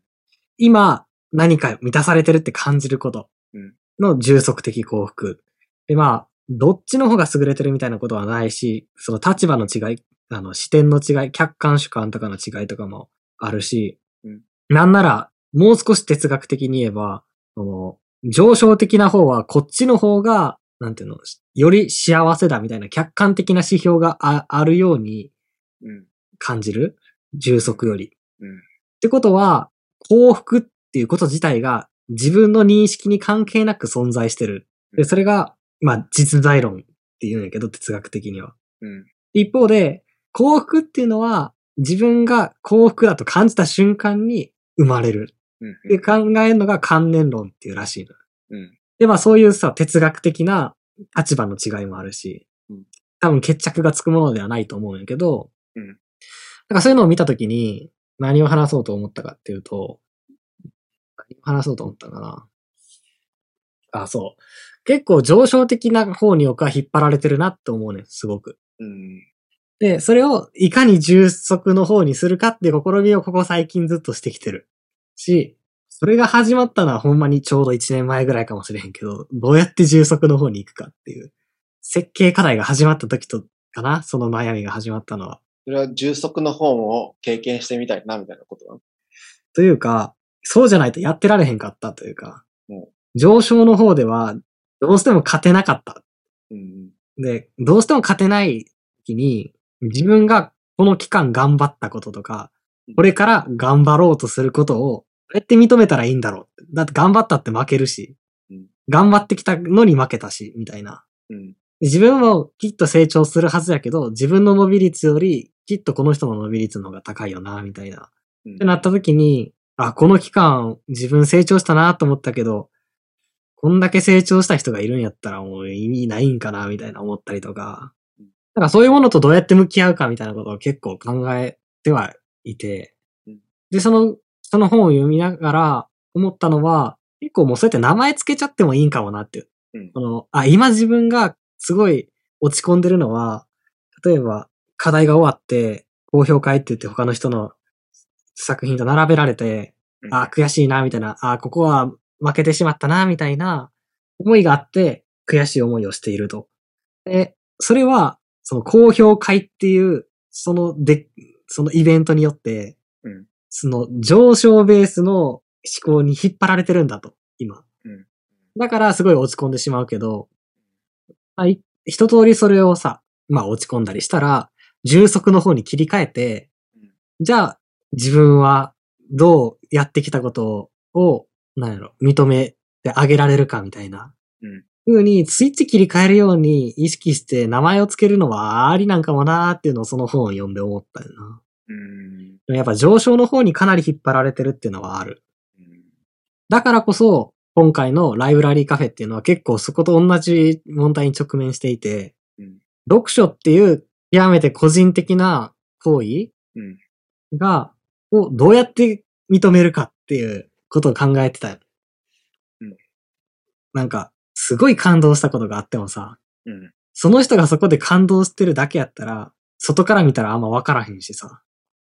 S1: 今何か満たされてるって感じること
S2: うん
S1: の充足的幸福。で、まあ、どっちの方が優れてるみたいなことはないし、その立場の違い、あの視点の違い、客観主観とかの違いとかもあるし、
S2: うん
S1: なんならもう少し哲学的に言えば、その上昇的な方はこっちの方が、なんていうの、より幸せだみたいな客観的な指標がああるように
S2: うん
S1: 感じる充足より。
S2: うん
S1: ってことは、幸福っていうこと自体が自分の認識に関係なく存在してる。で、それが、まあ、実在論っていうんやけど、哲学的には。
S2: うん
S1: 一方で、幸福っていうのは、自分が幸福だと感じた瞬間に生まれる。
S2: うん
S1: で、考えるのが観念論っていうらしいの。
S2: うん
S1: で、まあそういうさ、哲学的な立場の違いもあるし
S2: うん、
S1: 多分決着がつくものではないと思うんやけど、
S2: うん
S1: なんかそういうのを見たときに何を話そうと思ったかっていうと、何を話そうと思ったかな。あ、そう。結構上昇的な方に僕は引っ張られてるなって思うねん、すごく。
S2: うん
S1: で、それをいかに充足の方にするかっていう試みをここ最近ずっとしてきてる。し、それが始まったのはほんまにちょうど1年前ぐらいかもしれへんけど、どうやって充足の方に行くかっていう。設計課題が始まった時と、かなその悩みが始まったのは。
S2: それは充足の本を経験してみたいな、みたいなことなの
S1: というか、そうじゃないとやってられへんかったというか
S2: うん、
S1: 上昇の方ではどうしても勝てなかった
S2: うん
S1: で、どうしても勝てない時に、自分がこの期間頑張ったこととか、これから頑張ろうとすることを、どうやって認めたらいいんだろう。だって頑張ったって負けるし
S2: うん、
S1: 頑張ってきたのに負けたし、みたいな。
S2: うん
S1: で自分もきっと成長するはずやけど、自分の伸び率より、きっとこの人の伸び率の方が高いよな、みたいな。
S2: うん
S1: ってなった時に、あ、この期間自分成長したなと思ったけど、こんだけ成長した人がいるんやったらもう意味ないんかなみたいな思ったりとか
S2: うん、
S1: なんかそういうものとどうやって向き合うかみたいなことを結構考えてはいて
S2: うん、
S1: で、その、その本を読みながら思ったのは、結構もうそうやって名前つけちゃってもいいんかもなっていう。
S2: うん
S1: この、あ、今自分がすごい落ち込んでるのは、例えば課題が終わって、公表会って言って他の人の作品と並べられて、
S2: うん
S1: あー悔しいな、みたいな、あーここは負けてしまったな、みたいな思いがあって、悔しい思いをしていると。で、それは、その公表会っていう、そので、そのイベントによって、
S2: うん
S1: その上昇ベースの思考に引っ張られてるんだと、今。
S2: うん
S1: だからすごい落ち込んでしまうけど、まあ、い一通りそれをさ、まあ落ち込んだりしたら、充足の方に切り替えて
S2: うん、
S1: じゃあ自分はどうやってきたことを、なんやろ、認めてあげられるかみたいな。
S2: うん
S1: 風にスイッチ切り替えるように意識して名前をつけるのはありなんかもなーっていうのをその本を読んで思ったよな。
S2: うん
S1: でもやっぱ上昇の方にかなり引っ張られてるっていうのはある。
S2: うん
S1: だからこそ、今回のライブラリーカフェっていうのは結構そこと同じ問題に直面していて、
S2: うん
S1: 読書っていう極めて個人的な行為
S2: うん
S1: が、をどうやって認めるかっていうことを考えてたよ。
S2: うん
S1: なんか、すごい感動したことがあってもさ、
S2: うん
S1: その人がそこで感動してるだけやったら、外から見たらあんまわからへんしさ、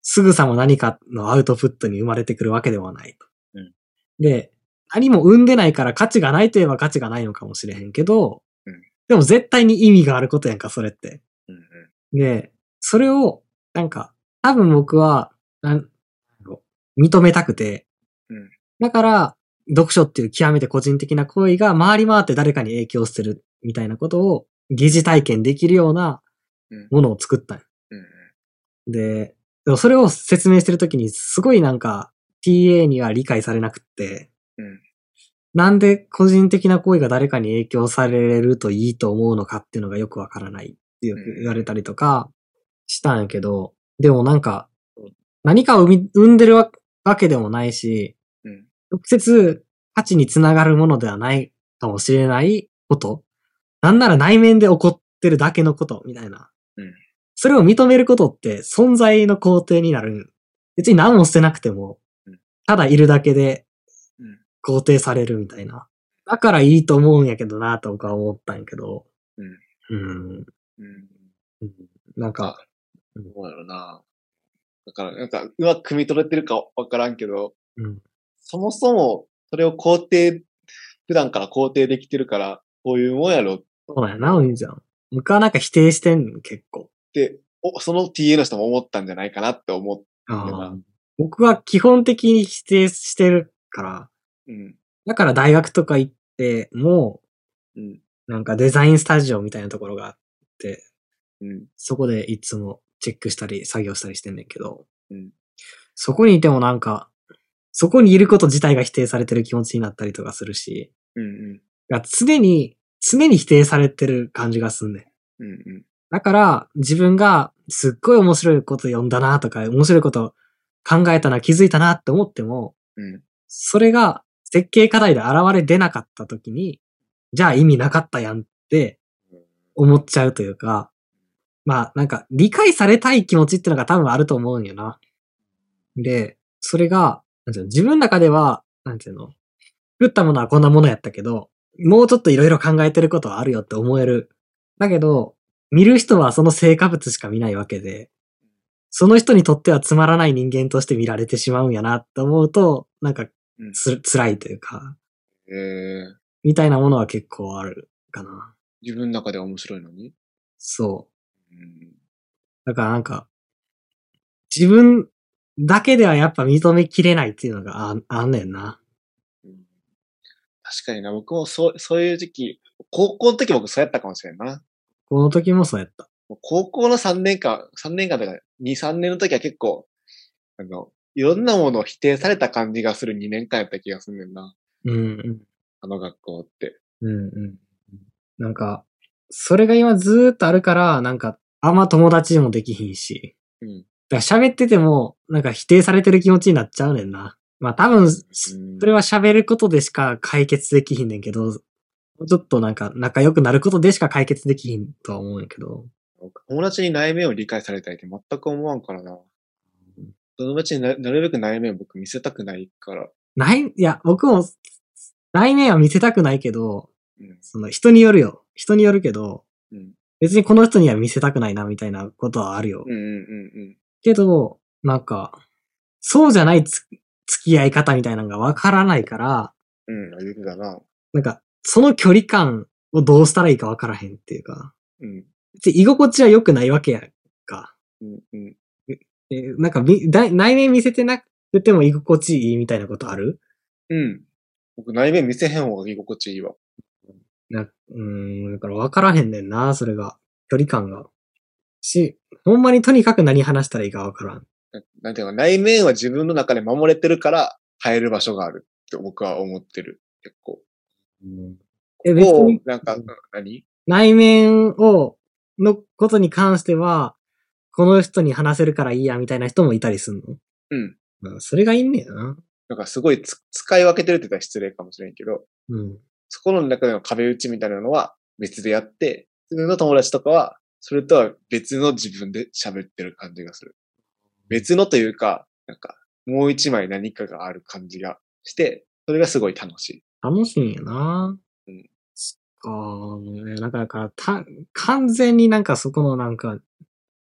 S1: すぐさま何かのアウトプットに生まれてくるわけではないと。
S2: うん
S1: で、何も生んでないから価値がないといえば価値がないのかもしれへんけど、
S2: うん
S1: でも絶対に意味があることやんか、それって。
S2: うん
S1: で、それを、なんか、多分僕は、なん認めたくて、
S2: うん
S1: だから、読書っていう極めて個人的な行為が回り回って誰かに影響するみたいなことを疑似体験できるような
S2: うん
S1: ものを作ったんよ
S2: うん
S1: で、でもそれを説明してるときにすごいなんか TA には理解されなくって、
S2: うん
S1: なんで個人的な行為が誰かに影響されるといいと思うのかっていうのがよくわからないってよく言われたりとかしたんやけど、でもなんか
S2: うん、
S1: 何かを生み生んでるわわけでもないし、
S2: うん
S1: 直接価値につながるものではないかもしれないこと。なんなら内面で起こってるだけのこと、みたいな。
S2: うん
S1: それを認めることって存在の肯定になる。別に何もしてなくても
S2: うん、
S1: ただいるだけで
S2: うん
S1: 肯定されるみたいな。だからいいと思うんやけどなとか思ったんやけど。うん。
S2: うん。
S1: うんなんか、
S2: どうやろうな。だから、なんか、うまく汲み取れてるかわからんけど、
S1: うん
S2: そもそも、それを肯定、普段から肯定できてるから、こういうもんやろっ
S1: そうやな、お兄ちゃん。僕はなんか否定してんの、結構。
S2: て、おその TA の人も思ったんじゃないかなって思って、
S1: あー僕は基本的に否定してるから、
S2: うん。
S1: だから大学とか行って、も
S2: うん。
S1: う、なんかデザインスタジオみたいなところがあって、
S2: うん。
S1: そこでいつもチェックしたり作業したりしてんねんけど、
S2: うん
S1: そこにいてもなんか、そこにいること自体が否定されてる気持ちになったりとかするし、
S2: うん。うん。
S1: だから常に、常に否定されてる感じがすんねん。
S2: うん。うん。
S1: だから、自分がすっごい面白いこと読んだなとか、面白いこと考えたな、気づいたなって思っても、
S2: うん。
S1: それが設計課題で現れ出なかった時に、じゃあ意味なかったやんって思っちゃうというか、まあなんか理解されたい気持ちってのが多分あると思うんよな。で、それが、なんていうの自分の中では、なんていうの、作ったものはこんなものやったけど、もうちょっといろいろ考えてることはあるよって思える。だけど、見る人はその成果物しか見ないわけで、その人にとってはつまらない人間として見られてしまうんやなって思うと、なんか
S2: うん
S1: つ、辛いというか、
S2: えー、
S1: みたいなものは結構あるかな。
S2: 自分の中では面白いのに。
S1: そ
S2: うん。
S1: う。だからなんか、自分だけではやっぱ認めきれないっていうのがああんねんな。
S2: うん確かにな、僕もそう、そういう時期、高校の時僕そうやったかもしれんな。
S1: この時もそうやった。
S2: もう高校の3年間、3年間とか2、3年の時は結構、あの、いろんなものを否定された感じがする2年間やった気がすんねんな。
S1: うん、
S2: あの学校って。
S1: うん、うん、うん。なんか、それが今ずーっとあるから、なんか、あんま友達でもできひんし。
S2: うん。
S1: だから喋ってても、なんか否定されてる気持ちになっちゃうねんな。まあ多分、それは喋ることでしか解決できひんねんけど、もうちょっとなんか仲良くなることでしか解決できひんとは思うんやけど。
S2: 僕友達に内面を理解されたいって全く思わんからな。友達にななるべく内面を僕見せたくないから。
S1: ない、いや、僕も、内面は見せたくないけど、
S2: うん。
S1: その人によるよ。人によるけど、
S2: うん。
S1: 別にこの人には見せたくないなみたいなことはあるよ。
S2: うんうんうん
S1: けど、なんか、そうじゃないつ付き合い方みたいなのがわからないから、
S2: うん。うん、あ言うてたな。
S1: なんか、その距離感をどうしたらいいかわからへんっていうか、
S2: うん。
S1: 別に居心地は良くないわけやんか。
S2: うんうん。
S1: えーなんかみだ、内面見せてなくても居心地いいみたいなことある
S2: うん。僕内面見せへん方が居心地いいわ。
S1: なうーん、だから分からへんねんな、それが。距離感が。し、ほんまにとにかく何話したらいいか分からん。
S2: ななんていうか、内面は自分の中で守れてるから、変える場所があるって僕は思ってる。結構。
S1: え、別
S2: こ
S1: に
S2: う、なんか、
S1: うん
S2: 何
S1: 内面を、のことに関しては、この人に話せるからいいや、みたいな人もいたりすんの
S2: うん。
S1: うん。それがいいんねやな。
S2: なんかすごいつ使い分けてるって言ったら失礼かもしれんけど、
S1: うん。
S2: そこの中での壁打ちみたいなのは別でやって、自分の友達とかは、それとは別の自分で喋ってる感じがする。別のというか、なんか、もう一枚何かがある感じがして、それがすごい楽しい。
S1: 楽しいんやな。
S2: うん。
S1: そっかねなんか、だから、た、完全になんかそこのなんか、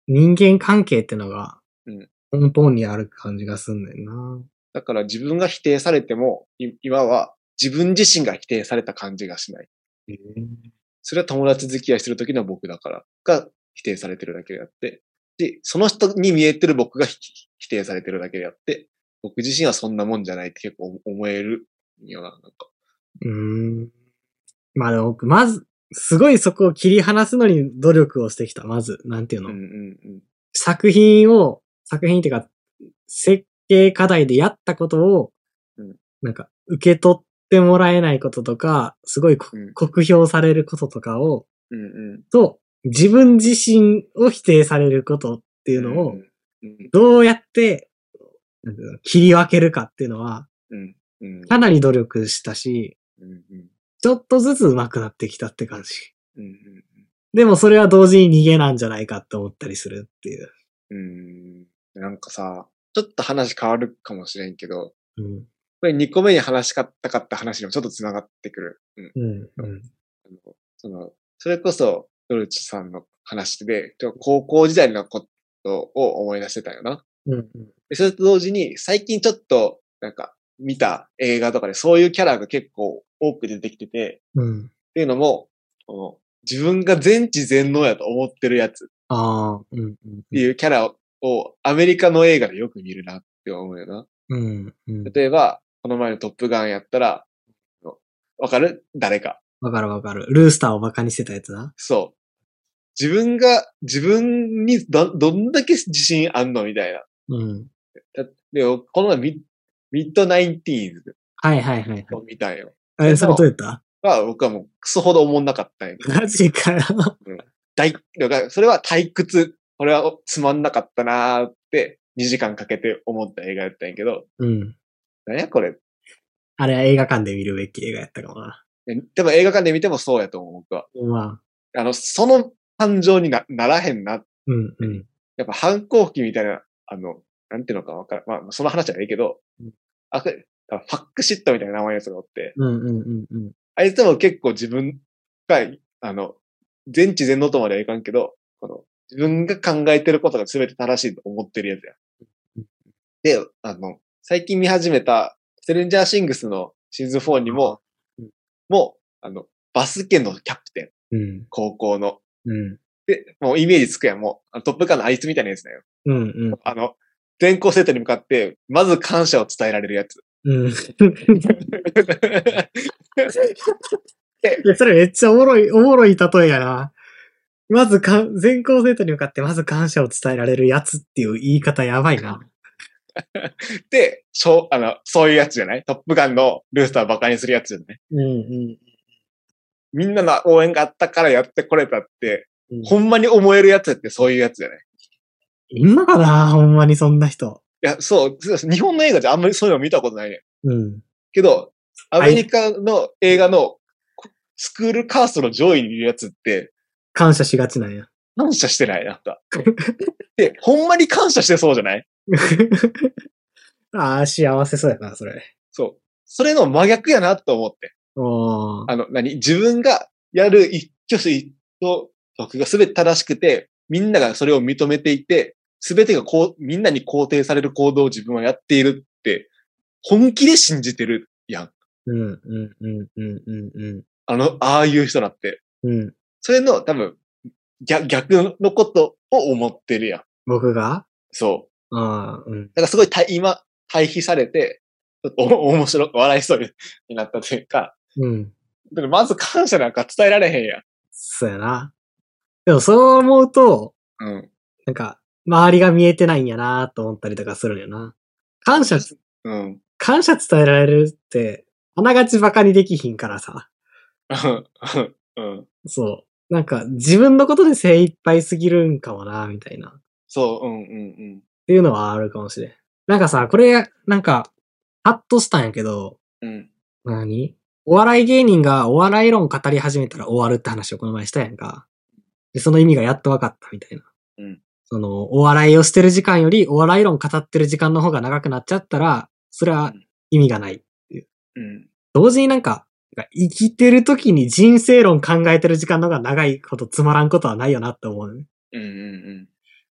S1: 人間関係ってのが
S2: うん、
S1: 根本にある感じがすんねんな。
S2: だから自分が否定されても、い今は自分自身が否定された感じがしない。それは友達付き合いしてる時の僕だからが否定されてるだけであって、で、その人に見えてる僕がひ否定されてるだけであって、僕自身はそんなもんじゃないって結構思えるような、なんか。
S1: うーん。まあでも僕、まず、すごいそこを切り離すのに努力をしてきた。まず、なんていう
S2: う
S1: の、
S2: んうんうん。
S1: 作品を、作品っていうか、設計課題でやったことを、
S2: うん
S1: なんか、受け取ってもらえないこととか、すごいこ、
S2: うん
S1: 酷評されることとかを、
S2: うんうん。
S1: と、自分自身を否定されることっていうのを
S2: ん、うん。
S1: どうやって、なんていうの切り分けるかっていうのは、
S2: うん。うん。
S1: かなり努力したし、
S2: うん。うん。
S1: ちょっとずつ上手くなってきたって感じ。
S2: うん。
S1: でもそれは同時に逃げなんじゃないかって思ったりするっていう。
S2: うん。なんかさ、ちょっと話変わるかもしれんけど、
S1: うん。
S2: これ2個目に話したかった話にもちょっと繋がってくる。うん。
S1: うん。うん。
S2: あのその、それこそ、ドルチさんの話で、ちょ高校時代のことを思い出してたよな。
S1: うん。
S2: でそれと同時に、最近ちょっと、なんか、見た映画とかでそういうキャラが結構多く出てきてて、
S1: うん。
S2: っていうのも、この自分が全知全能やと思ってるやつっ
S1: ああ、うん。うん
S2: ていうキャラをアメリカの映画でよく見るなって思うよな。
S1: うん。うん。
S2: 例えば、この前のトップガンやったら、わかる誰か。
S1: わかるわかる。ルースターをバカにしてたやつな。
S2: そう。自分が、自分にど、どんだけ自信あんのみたいな。
S1: うん。
S2: だで、この前ミッ、ミッドナインティーンズ
S1: はいはいはい、はい。
S2: を見たんよ。
S1: あれ、それどうやった
S2: は、僕はもうクソほど思んなかったんやけど。
S1: [laughs] マジかよ。
S2: 大、だからそれは退屈。これはつまんなかったなーって、2時間かけて思った映画やったんやけど、
S1: うん。
S2: なんやこれ。
S1: あれは映画館で見るべき映画やったかもな。
S2: えでも映画館で見てもそうやと思う、僕は。
S1: まあ、
S2: あの、その感情になならへんな。
S1: うんうん。
S2: やっぱ反抗期みたいな、あの、なんていうのかわからん。まあ、その話はいいけど
S1: うん、
S2: あ、これあファックシットみたいな名前のやつがおって、
S1: うんうんうんうん。
S2: あいつも結構自分が、あの、全知全能とまではいかんけど、この、自分が考えてることが全て正しいと思ってるやつや。で、あの、最近見始めた、ストレンジャーシングスのシーズン4にも
S1: うん、
S2: もう、あの、バスケのキャプテン、
S1: うん。
S2: 高校の。
S1: うん。
S2: で、もうイメージつくやん、もう、あのトップガンのあいつみたいなやつだよ。
S1: うんうん。
S2: あの、全校生徒に向かって、まず感謝を伝えられるやつ。 [laughs]
S1: うん。 [laughs] いやそれめっちゃおもろい、おもろい例えやな。まずか、全校生徒に向かってまず感謝を伝えられるやつっていう言い方やばいな。
S2: で、そう、あの、そういうやつじゃないトップガンのルースターをバカにするやつじゃない
S1: うんうん。
S2: みんなの応援があったからやってこれたって、
S1: うん
S2: ほんまに思えるやつってそういうやつじゃない
S1: いんのかなほんまにそんな人。
S2: いや、そう、そう日本の映画じゃあんまりそういうの見たことないね。
S1: うん。
S2: けど、ア
S1: はい
S2: メリカの映画のこスクールカーストの上位にいるやつって、
S1: 感謝しがちなんや。 [laughs]
S2: 感謝してない、なんか。で、ほんまに感謝してそうじゃない
S1: ああ、幸せそうやな、それ。
S2: そう。それの真逆やなと思って。
S1: おー。
S2: あの、何自分がやる一挙手一投足が全て正しくて、みんながそれを認めていて、全てがこう、みんなに肯定される行動を自分はやっているって、本気で信じてるやん。
S1: うんうんうんうんうんうん。
S2: あの、ああいう人だって。
S1: うん。
S2: それの多分、逆、逆のことを思ってるやん。
S1: 僕が
S2: そう。
S1: ああ、うん。
S2: だからすごい対、今、対比されて、ちょっとお面白く笑いそうになったというか、
S1: うん。
S2: だからまず感謝なんか伝えられへんやん。
S1: そうやな。でもそう思うと、
S2: うん。
S1: なんか、周りが見えてないんやなと思ったりとかするんやな。感謝、
S2: うん。
S1: 感謝伝えられるって、あながちバカにできひんからさ。
S2: [laughs] うんうん
S1: そう。なんか、自分のことで精一杯すぎるんかもなみたいな。っ
S2: そう、うんうん
S1: ていうのはあるかもしれん。なんかさ、これ、なんか、ハッとしたんやけど、
S2: うん。うん。
S1: 何お笑い芸人がお笑い論語り始めたら終わるって話をこの前したやんか。で、その意味がやっと分かったみたいな。
S2: うん
S1: その、お笑いをしてる時間よりお笑い論語ってる時間の方が長くなっちゃったら、それは意味がない。
S2: うん。
S1: 同時になんか、なんか生きてる時に人生論考えてる時間の方が長いことつまらんことはないよなって思うね。
S2: うんうん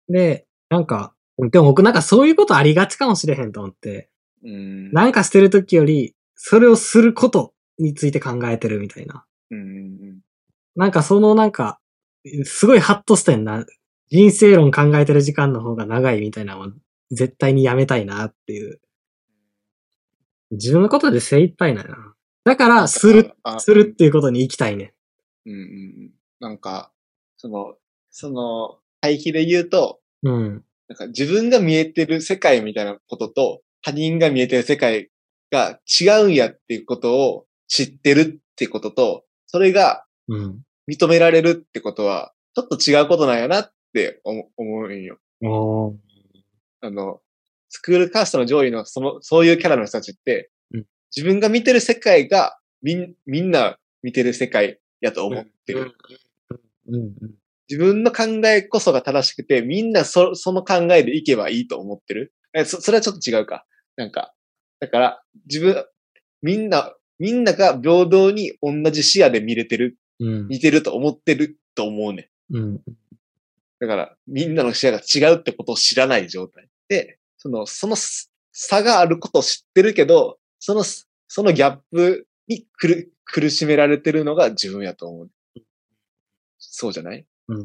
S1: で、なんか、でも僕なんかそういうことありがちかもしれへんと思って、
S2: うん。うん。
S1: なんかしてる時より、それをすることについて考えてるみたいな。
S2: うんうん
S1: なんかそのなんか、すごいハッとしたんな。人生論考えてる時間の方が長いみたいなのは絶対にやめたいなっていう。自分のことで精一杯なんやな。だから、する、
S2: あ
S1: するっていうことに行きたいね。
S2: うんうんうん。なんか、その、その、対比で言うと、
S1: うん。
S2: なんか自分が見えてる世界みたいなことと、他人が見えてる世界が違うんやっていうことを知ってるってことと、それが
S1: うん。
S2: 認められるってことは、ちょっと違うことなんやなって思思うんよ。
S1: おー
S2: あの、スクールカーストの上位の、その、そういうキャラの人たちって、
S1: うん
S2: 自分が見てる世界が、みん、みんな見てる世界やと思ってる。
S1: うんうん。
S2: 自分の考えこそが正しくて、みんなそその考えでいけばいいと思ってる。えそそれはちょっと違うか。なんか、だから、自分、みんな、みんなが平等に同じ視野で見れてる、
S1: うん。
S2: 似てると思ってると思うねん。
S1: うん。
S2: だから、みんなの視野が違うってことを知らない状態。で、その、そのす差があることを知ってるけど、そのす、そのギャップに苦、苦しめられてるのが自分やと思う。そうじゃない
S1: うん。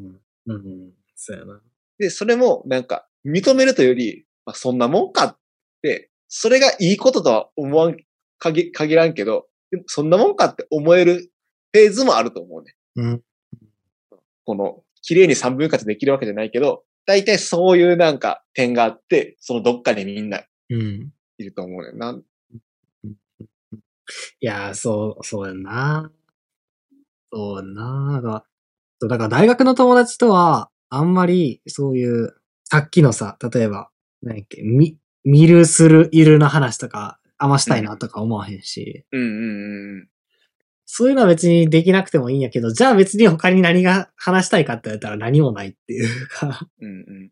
S1: うん。そうやな。
S2: で、それもなんか認めるというより、まあ、そんなもんかって、それがいいこととは思わん、限限らんけど、でもそんなもんかって思えるフェーズもあると思うね。
S1: うん。
S2: この、綺麗に三分割できるわけじゃないけど、大体そういうなんか点があって、そのどっかにみんな
S1: うん。
S2: いると思うねんな。
S1: いやー、そう、そうやんな。そうやんな。だからそうだから大学の友達とは、あんまり、そういう、さっきのさ、例えば、何やっけ、み、見るする、いるの話とか、あんましたいなとか思わへんし。
S2: うんうんうん。
S1: そういうのは別にできなくてもいいんやけど、じゃあ別に他に何が話したいかって言われたら何もないっていうか、 [laughs]
S2: うんうん。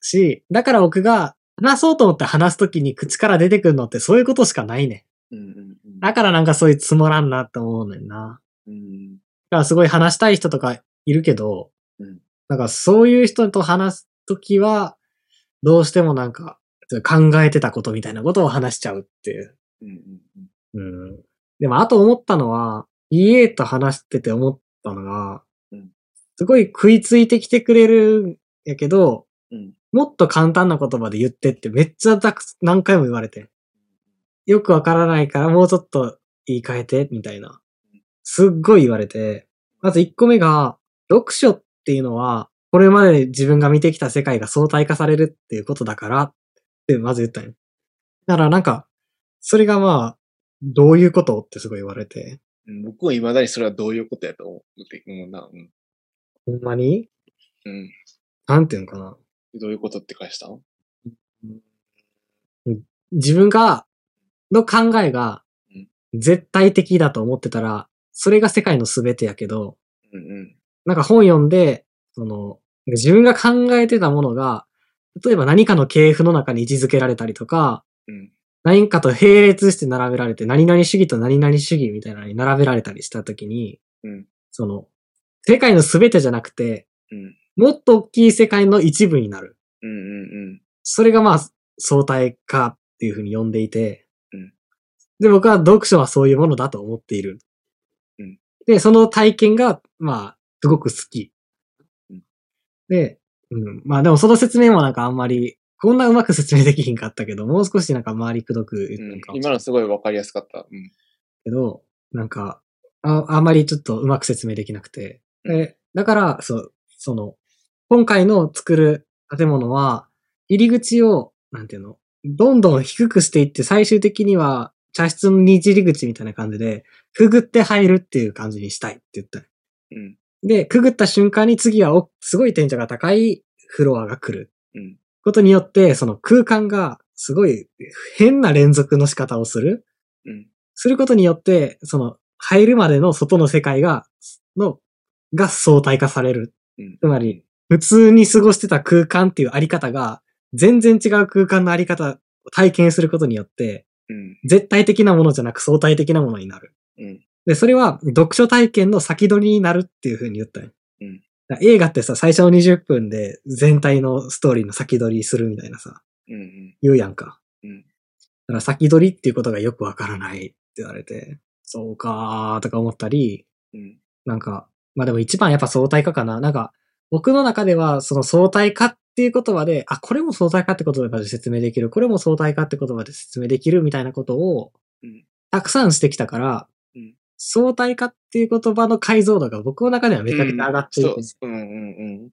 S1: し、だから僕が話そうと思って話すときに口から出てくるのってそういうことしかないね
S2: うんうんうん
S1: ん。だからなんかそういうつまらんなって思うねんな。
S2: うん
S1: だからすごい話したい人とかいるけど、
S2: うん
S1: なんかそういう人と話すときは、どうしてもなんか考えてたことみたいなことを話しちゃうっていう。
S2: うんうんうん
S1: うん。でも、あと思ったのは、EA と話してて思ったのが
S2: うん、
S1: すごい食いついてきてくれるんやけど、
S2: うん
S1: もっと簡単な言葉で言ってってめっちゃたく何回も言われてん。よくわからないからもうちょっと言い換えて、みたいな。すっごい言われて。まず1個目が、読書っていうのは、これまで自分が見てきた世界が相対化されるっていうことだから、ってまず言ったんよだからなんか、それがまあ、どういうことってすごい言われて。
S2: うん。僕は未だにそれはどういうことやと思うって思うな。うん。
S1: ほんまに
S2: うん。
S1: なんていうのかな。
S2: どういうことって返したの
S1: 自分が、の考えが
S2: うん、
S1: 絶対的だと思ってたら、それが世界の全てやけど、
S2: うんうん。
S1: なんか本読んで、その、自分が考えてたものが、例えば何かの系譜の中に位置づけられたりとか、
S2: うん
S1: 何かと並列して並べられて、何々主義と何々主義みたいなのに並べられたりしたときに、
S2: うん
S1: その、世界の全てじゃなくて、
S2: うん
S1: もっと大きい世界の一部になる。
S2: うんうん
S1: それがまあ、相対化っていうふうに呼んでいて、
S2: うん
S1: で、僕は読書はそういうものだと思っている。
S2: うん
S1: で、その体験が、まあ、すごく好き。
S2: うん
S1: で、うん、まあでもその説明もなんかあんまり、こんなうまく説明できひんかったけど、もう少しなんか周りくどく言
S2: う
S1: った
S2: ん
S1: のか。もしれ
S2: 今
S1: ない
S2: のすごいわかりやすかった。うん。
S1: けど、なんか、ああんまりちょっとうまく説明できなくて。でだから、そう、その、今回の作る建物は、入り口を、なんていうの、どんどん低くしていって、最終的には、茶室の二次入り口みたいな感じで、くぐって入るっていう感じにしたいって言った。
S2: うん。
S1: で、くぐった瞬間に次はお、すごい天井が高いフロアが来る。
S2: うん
S1: ことによって、その空間が、すごい変な連続の仕方をする。
S2: うん。
S1: することによって、その、入るまでの外の世界が、の、が相対化される。
S2: うん
S1: つまり、普通に過ごしてた空間っていうあり方が、全然違う空間のあり方を体験することによって、
S2: うん。
S1: 絶対的なものじゃなく相対的なものになる。
S2: うん
S1: で、それは読書体験の先取りになるっていう風に言ったよ。
S2: うん
S1: だから映画ってさ、最初の20分で全体のストーリーの先取りするみたいなさ、
S2: うん。うん。
S1: 言うやんか。
S2: うん
S1: だから先取りっていうことがよくわからないって言われて、そうかーとか思ったり、
S2: うん。
S1: なんか、まあでも一番やっぱ相対化かな。なんか、僕の中ではその相対化っていう言葉で、あ、これも相対化って言葉で説明できる、これも相対化って言葉で説明できるみたいなことを
S2: うん、
S1: たくさんしてきたから、
S2: うん
S1: 相対化っていう言葉の解像度が僕の中ではめちゃくちゃ上がっていて、
S2: うんそううんうん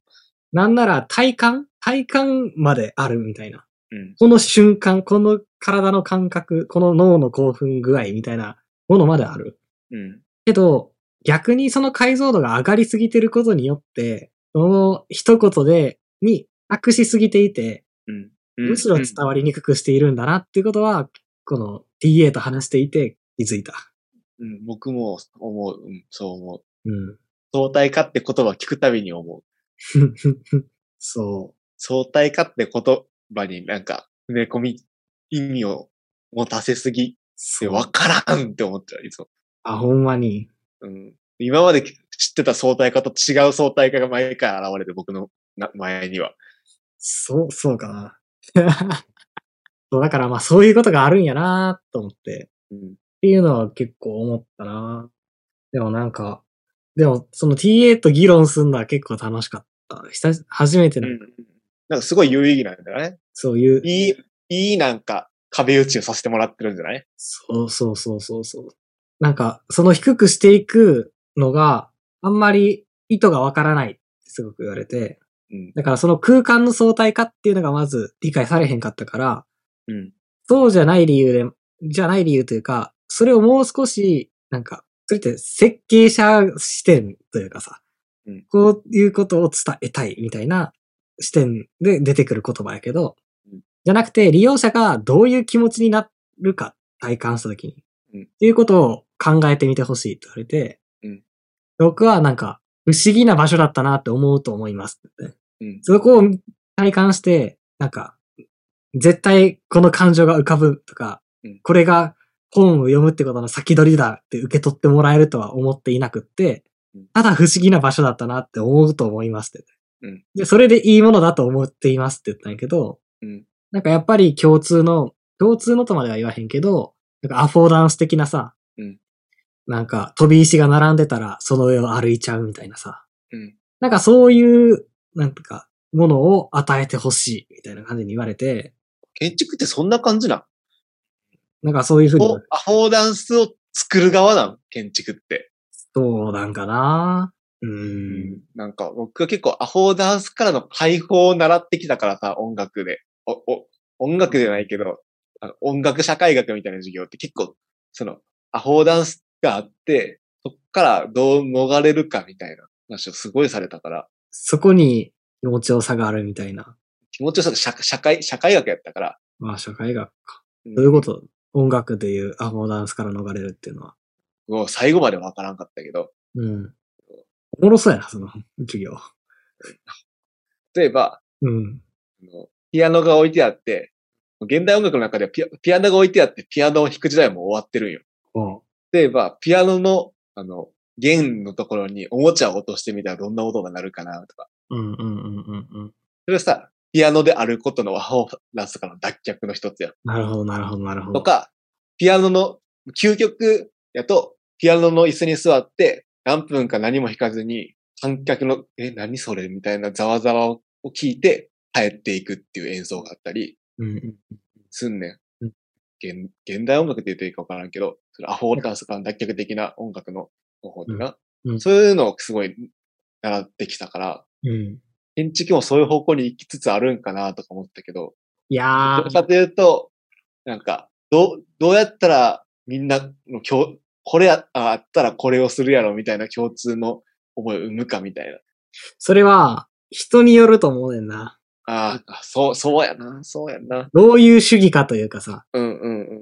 S1: なんなら体感体感まであるみたいな。
S2: うん。うん。
S1: この瞬間、この体の感覚、この脳の興奮具合みたいなものまである。
S2: うん。
S1: けど、逆にその解像度が上がりすぎてることによって、その一言で、に、悪しすぎていて、
S2: うん。うん
S1: むしろ伝わりにくくしているんだなっていうことは、この TA と話していて気づいた。
S2: うん、僕も思う、うんそう思う。
S1: うん。 [laughs]
S2: 相対化って言葉聞くたびに思う。
S1: そ
S2: 相対化って言葉になんか、埋め込み、意味を持たせすぎ
S1: う。
S2: て
S1: そう。
S2: わからんって思っちゃう、いつも。
S1: あ、ほんまに。
S2: うん。今まで知ってた相対化と違う相対化が毎回現れて、僕のな前には。
S1: そう、そうかな。 [laughs] そう、だからまあそういうことがあるんやなと思って。
S2: うん。
S1: っていうのは結構思ったな。でもなんか、でもその TA と議論するのは結構楽しかった。久し初めて
S2: う
S1: の、
S2: ん。なんかすごい有意義なんだよね。
S1: そういう、
S2: いい、いいなんか壁打ちをさせてもらってるんじゃない
S1: そうそうそうそうそう。なんか、その低くしていくのがあんまり意図がわからないってすごく言われて、
S2: うん。
S1: だからその空間の相対化っていうのがまず理解されへんかったから、
S2: うん。
S1: そうじゃない理由で、じゃない理由というか、それをもう少し、なんか、それって設計者視点というかさ、
S2: うん
S1: こういうことを伝えたいみたいな視点で出てくる言葉やけど、
S2: うん
S1: じゃなくて利用者がどういう気持ちになるか体感したときに、
S2: うん
S1: っていうことを考えてみてほしいって言われて、
S2: うん
S1: 僕はなんか、不思議な場所だったなって思うと思いますって言って。
S2: うん。
S1: そこを体感して、なんか、絶対この感情が浮かぶとか、
S2: うん
S1: これが本を読むってことの先取りだって受け取ってもらえるとは思っていなくって
S2: うん、
S1: ただ不思議な場所だったなって思うと思いますって。
S2: うん
S1: で、それでいいものだと思っていますって言ったんやけど、
S2: うん
S1: なんかやっぱり共通の、共通のとまでは言わへんけど、なんかアフォーダンス的なさ、
S2: うん
S1: なんか飛び石が並んでたらその上を歩いちゃうみたいなさ、
S2: うん。
S1: なんかそういう、なんていうか、ものを与えてほしい、みたいな感じに言われて、
S2: 建築ってそんな感じなん
S1: なんかそういうふうに、
S2: こうアフォーダンスを作る側なん建築って。
S1: そうなんかなう。。
S2: うんなんか僕は結構アフォーダンスからの解放を習ってきたからさ、音楽で。お、お、音楽じゃないけど、あの音楽社会学みたいな授業って結構、その、アフォーダンスがあって、そっからどう逃れるかみたいな話をすごいされたから、
S1: そこに気持ちよさがあるみたいな。
S2: 気持ちよさが社社会、社会学やったから。
S1: まあ、社会学か。
S2: うん
S1: どういうこと音楽でいうアフォーダンスから逃れるっていうのは。
S2: もう最後までわからんかったけど、
S1: うん。おもろそうやな、その授業。
S2: 例えば、
S1: うん。
S2: あのピアノが置いてあって、現代音楽の中ではピアピアノが置いてあって、ピアノを弾く時代はもう終わってるんよ。
S1: お
S2: 例えば、ピアノの、あの、弦のところにおもちゃを落としてみたらどんな音が鳴るかなとか。
S1: うんうんうんうんうん。
S2: それはさ、ピアノであることのアホラスからの脱却の一つや。
S1: なるほど、なるほど、なるほ
S2: と
S1: ど。
S2: か、ピアノの、究極やと、ピアノの椅子に座って、何分か何も弾かずに、観客の、え、何それみたいなざわざわを聞いて、帰っていくっていう演奏があったり、
S1: うんうん。
S2: すんね
S1: うん
S2: ん。現現代音楽って言っていいかわからんけど、そのアフォーダンス感脱却的な音楽の方法ってな、
S1: うんうん
S2: そういうのをすごい習ってきたから、
S1: うん。
S2: 建築もそういう方向に行きつつあるんかなとか思ったけど、
S1: い
S2: ど
S1: や
S2: っち
S1: ー、
S2: かというと、なんか、どう、どうやったらみんなの共、これやああったらこれをするやろみたいな共通の思いを生むかみたいな。
S1: それは人によると思うねんな。
S2: ああ、そう、そうやな、そうやな。
S1: どういう主義かというかさ。
S2: うんうんうん。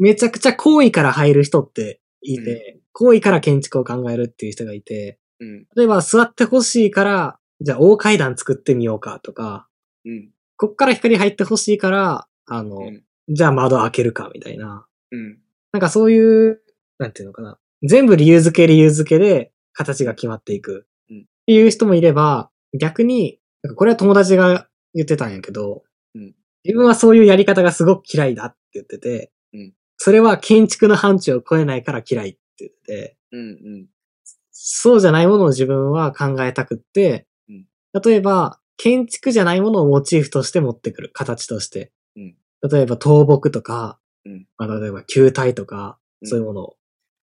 S1: めちゃくちゃ行為から入る人っていて、行為から建築を考えるっていう人がいて、
S2: うん
S1: 例えば座ってほしいから、じゃあ大階段作ってみようかとか、
S2: うん
S1: こっから光入ってほしいから、あの、
S2: うん
S1: じゃあ窓開けるかみたいな。
S2: うん
S1: なんかそういう、なんていうのかな。全部理由付け理由付けで形が決まっていく。
S2: う
S1: っ
S2: ん
S1: ていう人もいれば、逆に、なんかこれは友達が言ってたんやけど、
S2: うん
S1: 自分はそういうやり方がすごく嫌いだって言ってて、
S2: うん
S1: それは建築の範疇を超えないから嫌いって言ってて、
S2: うんうん
S1: そうじゃないものを自分は考えたくって、
S2: うん
S1: 例えば、建築じゃないものをモチーフとして持ってくる、形として。
S2: うん
S1: 例えば、倒木とか、
S2: うん
S1: まあ、例えば、球体とか、
S2: うん
S1: そういうものを。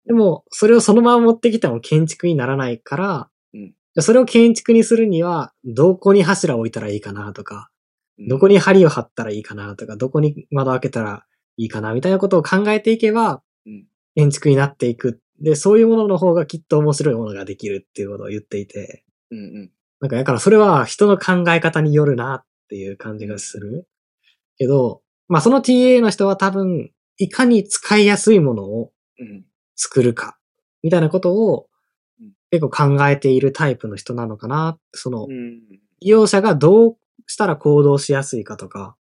S1: でも、それをそのまま持ってきても建築にならないから、
S2: うん
S1: じゃあそれを建築にするには、どこに柱を置いたらいいかなとか、
S2: うん。
S1: どこに針を張ったらいいかなとか、どこに窓開けたらいいかなみたいなことを考えていけば
S2: うん、
S1: 建築になっていく。で、そういうものの方がきっと面白いものができるっていうことを言っていて、
S2: うんうん
S1: なんか、だからそれは人の考え方によるなっていう感じがする。けど、まあその TA の人は多分、いかに使いやすいものを
S2: うん。
S1: 作るか、みたいなことを
S2: うん
S1: 結構考えているタイプの人なのかな。その
S2: う、ん。
S1: 利用者がどうしたら行動しやすいかとか、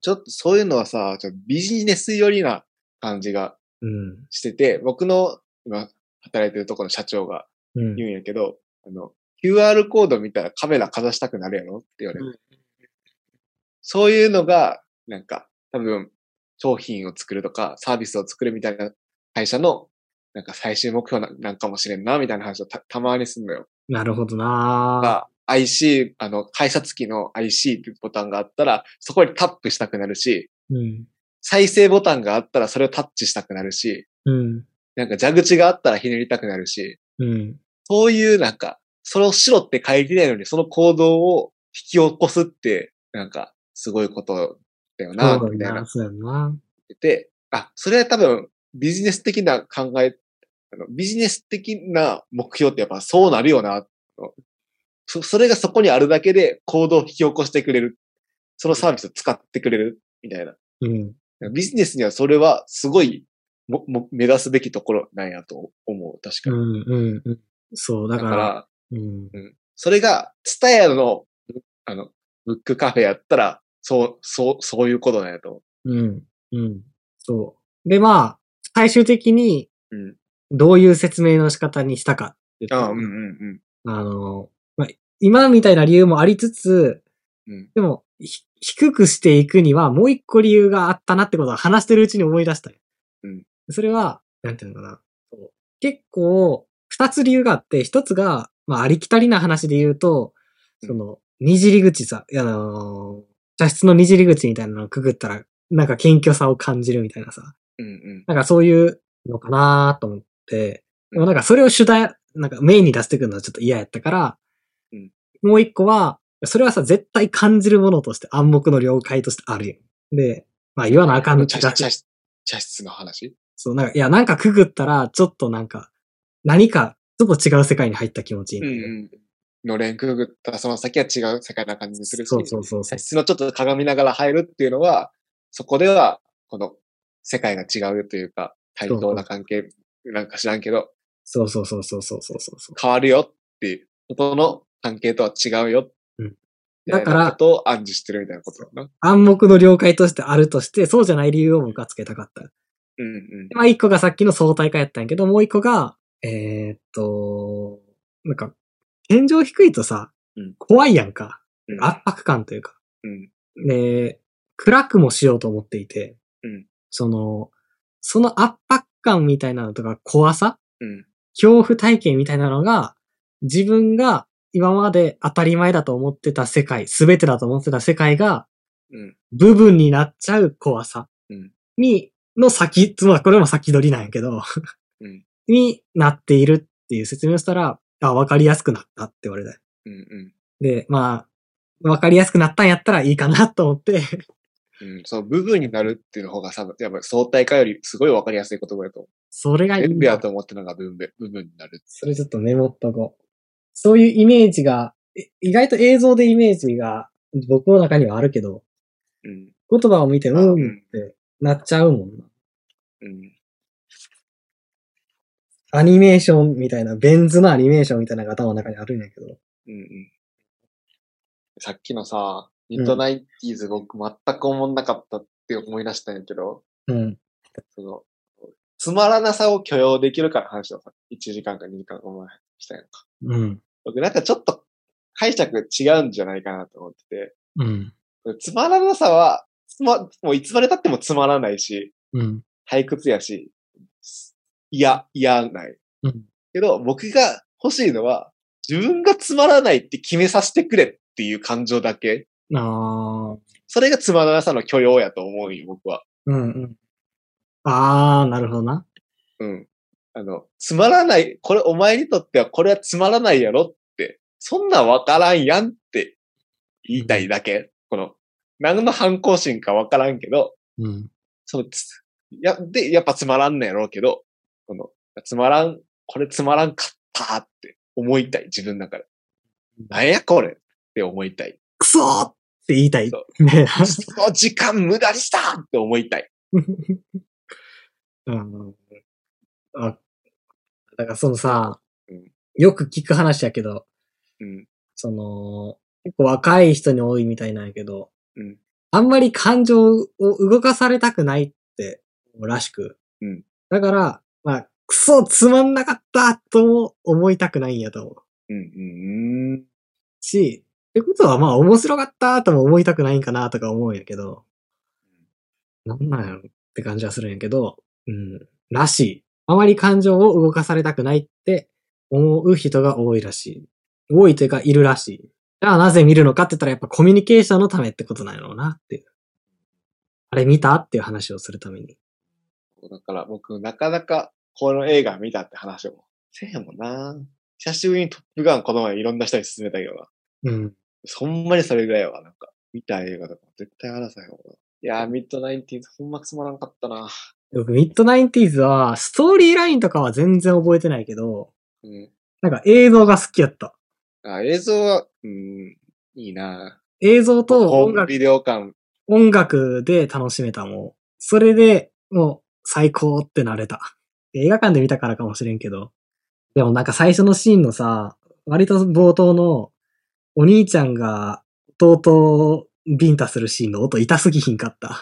S2: ちょっとそういうのはさ、ちょっとビジネス寄りな感じが
S1: うん。
S2: してて、僕の今働いてるところの社長が
S1: うん。
S2: 言うんやけど、あの、QR コード見たらカメラかざしたくなるやろって言われる。
S1: うん
S2: そういうのが、なんか、多分、商品を作るとか、サービスを作るみたいな会社の、なんか最終目標ななんかもしれんな、みたいな話をたたまにすんのよ。
S1: なるほどな
S2: が IC、あの、会社付きの IC っていうボタンがあったら、そこにタップしたくなるし、
S1: うん。
S2: 再生ボタンがあったらそれをタッチしたくなるし、
S1: うん。
S2: なんか蛇口があったらひねりたくなるし、
S1: うん。
S2: そういうなんか、それをしろって書いてないのに、その行動を引き起こすって、なんか、すごいことだよな、
S1: そう
S2: みたい
S1: だ
S2: な
S1: な。。そうだな。
S2: ってて、あ、それは多分、ビジネス的な考え、あのビジネス的な目標ってやっぱそうなるよな。そそれがそこにあるだけで行動を引き起こしてくれる。そのサービスを使ってくれる。みたいな。
S1: うん。
S2: ビジネスにはそれはすごいもも目指すべきところなんやと思う。確
S1: う
S2: か
S1: ん。
S2: に。
S1: うん。うんそう、だ
S2: だ
S1: か、
S2: からら、
S1: うん。
S2: それが、ツタヤの、あの、ブックカフェやったら、そう、そう、そういうことなんやと思
S1: うん。うん。そう。で、まあ、最終的に
S2: う。うん。
S1: どういう説明の仕方にしたかって言
S2: あ
S1: っ
S2: あ、
S1: て
S2: うんうんうん。
S1: あの、まあ、今みたいな理由もありつつ、
S2: うん
S1: でも、ひ低くしていくにはもう一個理由があったなってことは話してるうちに思い出したよ。
S2: うん
S1: それは、なんていうのかな。こう結構、二つ理由があって、一つが、まあ、ありきたりな話で言うと、その、にじり口さ、あのー、茶室のにじり口みたいなのをくぐったら、なんか謙虚さを感じるみたいなさ。
S2: うんうん。
S1: なんかそういうのかなと思って、でもなんかそれを主題、なんかメインに出してくるのはちょっと嫌やったから、
S2: うん
S1: もう一個は、それはさ、絶対感じるものとして暗黙の了解としてあるよ。で、まあ言わなあかんの
S2: 茶
S1: だ
S2: 室
S1: け
S2: 茶室茶室の話
S1: そう、なんか、いや、なんかくぐったら、ちょっとなんか、何か、ちょっと違う世界に入った気持ちに
S2: う
S1: なんる。
S2: うん。のれんくぐったその先は違う世界な感じにするし、
S1: そうそうそうそ
S2: 茶
S1: う。
S2: 室のちょっと鏡ながら入るっていうのは、そこでは、この世界が違うというか、対等な関係なんか知らんけど、
S1: そうそうそうそうそうそうそうそう。
S2: 変わるよっていう、ことの関係とは違うよ。
S1: うん
S2: みた
S1: だ
S2: いな
S1: から
S2: ことを暗示してるみたいなことだな。
S1: 暗黙の了解としてあるとして、そうじゃない理由を僕はつけたかった。
S2: うんうん。
S1: まあ、一個がさっきの相対化やったんやけど、もう一個が、えーっと、なんか、天井低いとさ、
S2: うん
S1: 怖いやんか。
S2: うん
S1: 圧迫感というか。
S2: うん。
S1: で、暗くもしようと思っていて、
S2: うん
S1: その、その圧迫感みたいなのとか怖さ
S2: うん。
S1: 恐怖体験みたいなのが、自分が今まで当たり前だと思ってた世界、全てだと思ってた世界が、
S2: うん。
S1: 部分になっちゃう怖さ
S2: うん
S1: に、の先、つまりこれも先取りなんやけど、
S2: うん
S1: [laughs] になっているっていう説明をしたら、あ、わかりやすくなったって言われた。
S2: うん。うん。
S1: で、まあ、わかりやすくなったんやったらいいかなと思って、 [laughs]
S2: うん。その部分になるっていうの方がさ、やっぱり相対化よりすごいわかりやすい言葉だと思う。
S1: それがいい
S2: 全
S1: ん
S2: 部
S1: だ
S2: やと思ってるのが部分、部分になる。
S1: それちょっとメモっとこう。そういうイメージが、え意外と映像でイメージが僕の中にはあるけど、
S2: うん。
S1: 言葉を見て、う
S2: うん
S1: んってなっちゃうもんな。
S2: うん。
S1: アニメーションみたいな、ベン図のアニメーションみたいなのが頭の中にあるんやけど。
S2: うん。うん。さっきのさ、ミッドナイティーズ僕全く思んなかったって思い出したんやけど、
S1: うん。
S2: その、つまらなさを許容できるから話をさ、1時間か2時間お前したやんか。
S1: うん。
S2: 僕なんかちょっと解釈違うんじゃないかなと思って
S1: うん。
S2: て、つまらなさは、つま、もういつまで経ってもつまらないし、
S1: うん。
S2: 退屈やし、いや、いやない。
S1: うん。
S2: けど、僕が欲しいのは、自分がつまらないって決めさせてくれっていう感情だけ。
S1: あー。
S2: それがつまらなさの許容やと思うんよ、僕は。
S1: うんうん。あー、なるほどな。
S2: うん。あの、つまらない、これ、お前にとってはこれはつまらないやろって、そんなんわからんやんって言いたいだけ。この、何の反抗心かわからんけど、
S1: うん。
S2: そのつ、や、で、やっぱつまらんのやろうけど、この、つまらん、これつまらんかったって思いたい、自分だから。なんやこれって思いたい。
S1: くそーって言いたい
S2: そ。
S1: ね。
S2: その時間無駄にしたって思いたい。
S1: うん。あ、だからそのさ
S2: うん、
S1: よく聞く話やけど、
S2: うん。
S1: その、結構若い人に多いみたいなんやけど、
S2: うん
S1: あんまり感情を動かされたくないって、らしく。
S2: うん
S1: だから、まあ、クソつまんなかったとも思いたくないんやと思う。
S2: うん、うん、うん。
S1: し、ってことはまあ面白かったとも思いたくないんかなとか思うんやけど、なんなんやろって感じはするんやけど、うん、らしい。あまり感情を動かされたくないって思う人が多いらしい。多いというかいるらしい。じゃあなぜ見るのかって言ったらやっぱコミュニケーションのためってことなんやろうなっていう。あれ見たっていう話をするために。
S2: だから僕、なかなかこの映画見たって話をせえもんな。久しぶりにトップガンこの前いろんな人に勧めたけどな。
S1: うん。
S2: そんまにそれぐらいは、なんか、見た映画とか絶対話さない方がいいやー、ミッドナインティーズほんまつまらんかったな。
S1: 僕、ミッドナインティーズは、ストーリーラインとかは全然覚えてないけど、
S2: うん。
S1: なんか映像が好きやった。
S2: あ、映像は、うん、いいな。
S1: 映像と
S2: ホ
S1: 音
S2: ーム
S1: 楽
S2: ビデオ感。
S1: 音楽で楽しめたもん。それでもう最高ってなれた。映画館で見たからかもしれんけど。でもなんか最初のシーンのさ、割と冒頭のお兄ちゃんが弟をビンタするシーンの音痛すぎひんかった。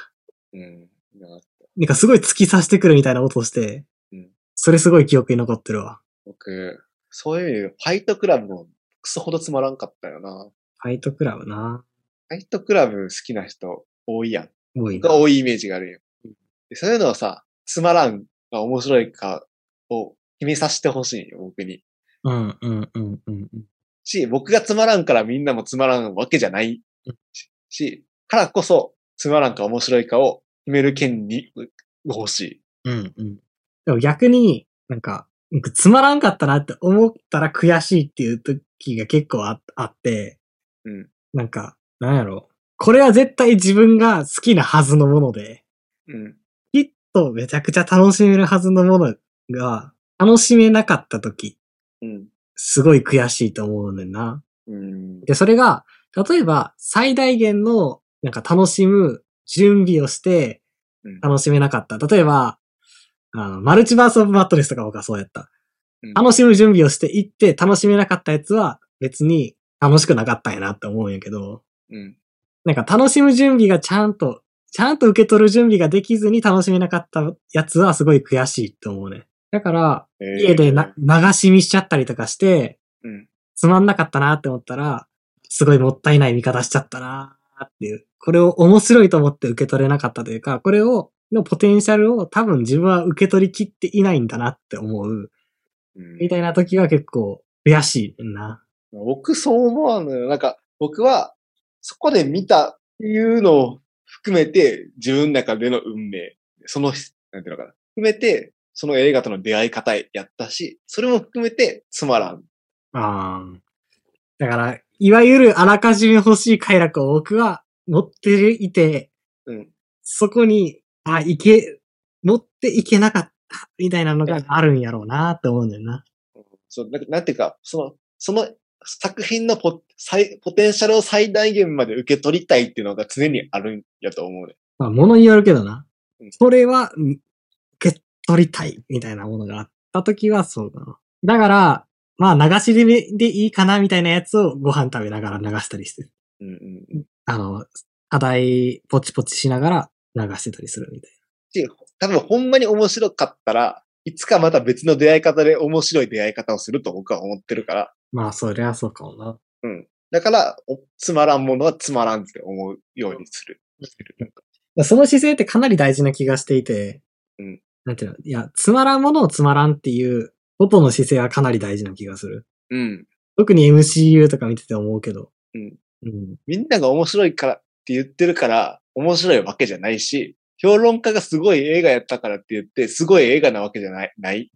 S2: うん。なんか
S1: なんかすごい突き刺してくるみたいな音して
S2: うん、
S1: それすごい記憶に残ってるわ。
S2: 僕、そういう意味で、ファイトクラブもクソほどつまらんかったよな。
S1: ファイトクラブな。
S2: ファイトクラブ好きな人多いやん。
S1: 多いな
S2: が。多いイメージがあるよ。でそういうのはさ、つまらんが面白いかを決めさせてほしいよ、僕に。
S1: うんうんうんうんうん。
S2: し、僕がつまらんからみんなもつまらんわけじゃないし、しからこそ、つまらんか面白いかを決める権利が欲しい。
S1: うんうん。でも逆に、なんか、なんかつまらんかったなって思ったら悔しいっていう時が結構ああって、
S2: うん。
S1: なんか、なんやろ。これは絶対自分が好きなはずのもので、
S2: うん。
S1: きっとめちゃくちゃ楽しめるはずのものが、楽しめなかった時、
S2: うん。
S1: すごい悔しいと思うねんな。
S2: うん。
S1: で、それが、例えば最大限の、なんか楽しむ準備をして、
S2: うん
S1: 楽しめなかった。例えば、あのマルチバースオブマットレスとか僕はそうやった。
S2: うん
S1: 楽しむ準備をしていって楽しめなかったやつは別に楽しくなかったんやなって思うんやけど、
S2: うん。
S1: なんか楽しむ準備がちゃんと、ちゃんと受け取る準備ができずに楽しめなかったやつはすごい悔しいって思うね。だから、家でな、流し見しちゃったりとかして、
S2: うん。
S1: つまんなかったなって思ったら、すごいもったいない見方しちゃったなっていう。これを面白いと思って受け取れなかったというか、これを、のポテンシャルを多分自分は受け取りきっていないんだなって思う。
S2: うん
S1: みたいな時は結構悔しいな。
S2: 僕そう思わんのよ。なんか、僕は、そこで見たっていうのを含めて、自分の中での運命、その、なんていうのかな、含めて、その映画との出会い方やったし、それも含めてつまらん。
S1: あーだから、いわゆるあらかじめ欲しい快楽を僕は持っていて、
S2: うん。
S1: そこに、あ、いけ、持っていけなかった、みたいなのがあるんやろうなって思うんだよな。
S2: そうなんかなんていうか、その、その作品のポ最ポテンシャルを最大限まで受け取りたいっていうのが常にあるんやと思うね。
S1: まあ、ものによるけどな
S2: うん。
S1: それは、うん受け取りたい、みたいなものがあったときはそうだな。だから、まあ、流し入れでいいかな、みたいなやつをご飯食べながら流したりして、
S2: うんうん。
S1: あの、課題、ポチポチしながら流してたりするみたい
S2: し、多分ほんまに面白かったら、いつかまた別の出会い方で面白い出会い方をすると僕は思ってるから、
S1: な。まあ、そりゃそうかもな。
S2: だから、おつまらんものはつまらんって思うようにする。
S1: その姿勢ってかなり大事な気がしていて、
S2: うん
S1: なんていうのいや、つまらんものをつまらんっていう、音の姿勢はかなり大事な気がする。
S2: うん。
S1: 特に MCU とか見てて思うけど。
S2: うん。
S1: うん。
S2: みんなが面白いからって言ってるから、面白いわけじゃないし、評論家がすごい映画やったからって言って、すごい映画なわけじゃない、ない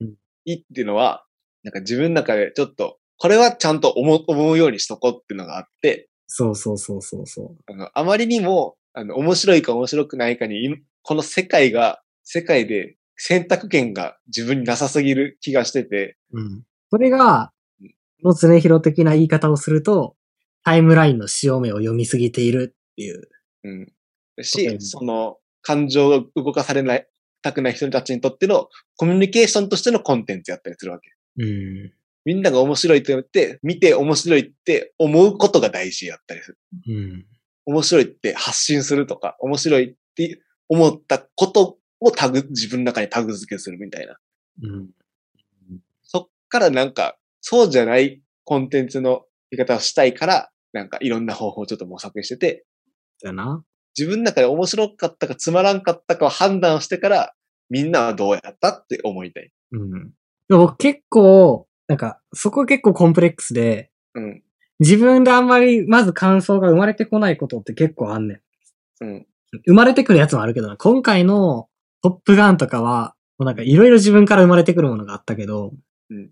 S1: うん。
S2: いいっていうのは、なんか自分の中でちょっと、これはちゃんと思う思うようにしとこうっていうのがあって、
S1: そうそうそうそうそう。
S2: あの、あまりにも、あの、面白いか面白くないかに、いこの世界が、世界で選択権が自分になさすぎる気がしてて、
S1: うん。それが、の常広的な言い方をすると、タイムラインの潮目を読みすぎているっていう。
S2: うん。
S1: そう
S2: し、
S1: ね
S2: その、感情を動かされない、たくない人たちにとっての、コミュニケーションとしてのコンテンツやったりするわけ。
S1: うん。
S2: みんなが面白いと言って、見て面白いって思うことが大事やったりする。
S1: うん。
S2: 面白いって発信するとか、面白いって思ったことをタグ、自分の中にタグ付けするみたいな。
S1: うん。
S2: そっからなんか、そうじゃないコンテンツの言い方をしたいから、なんかいろんな方法をちょっと模索してて、
S1: だな。
S2: 自分の中で面白かったかつまらんかったかを判断してから、みんなはどうやったって思いたい。
S1: うん。でも僕結構、なんか、そこ結構コンプレックスで、
S2: うん。
S1: 自分であんまり、まず感想が生まれてこないことって結構あんねん。
S2: うん。
S1: 生まれてくるやつもあるけどな、今回のトップガンとかは、もうなんかいろいろ自分から生まれてくるものがあったけど、
S2: うん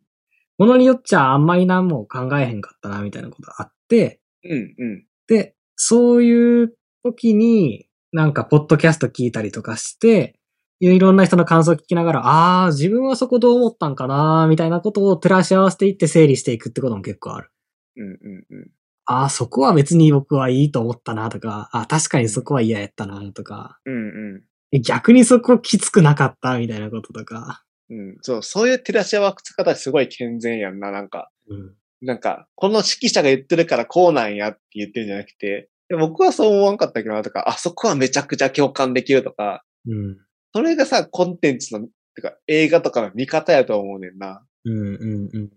S1: ものによっちゃあんまり何も考えへんかったな、みたいなことあって、
S2: うん。うん。
S1: で、そういう時に、なんかポッドキャスト聞いたりとかして、いろんな人の感想を聞きながら、ああ、自分はそこどう思ったんかな、みたいなことを照らし合わせていって整理していくってことも結構ある。
S2: うん。うん。うん。
S1: ああ、そこは別に僕はいいと思ったなとか、ああ、確かにそこは嫌やったなとか、
S2: うん。うん。
S1: え逆にそこきつくなかったみたいなこととか。
S2: うん。そう、そういう照らし合わせ方すごい健全やんな、なんか。
S1: うん。
S2: なんか、この指揮者が言ってるからこうなんやって言ってるんじゃなくて、で僕はそう思わんかったけどなとか、あそこはめちゃくちゃ共感できるとか、
S1: うん。
S2: それがさ、コンテンツの、てか映画とかの見方やと思うねんな。
S1: うん。うん。うん。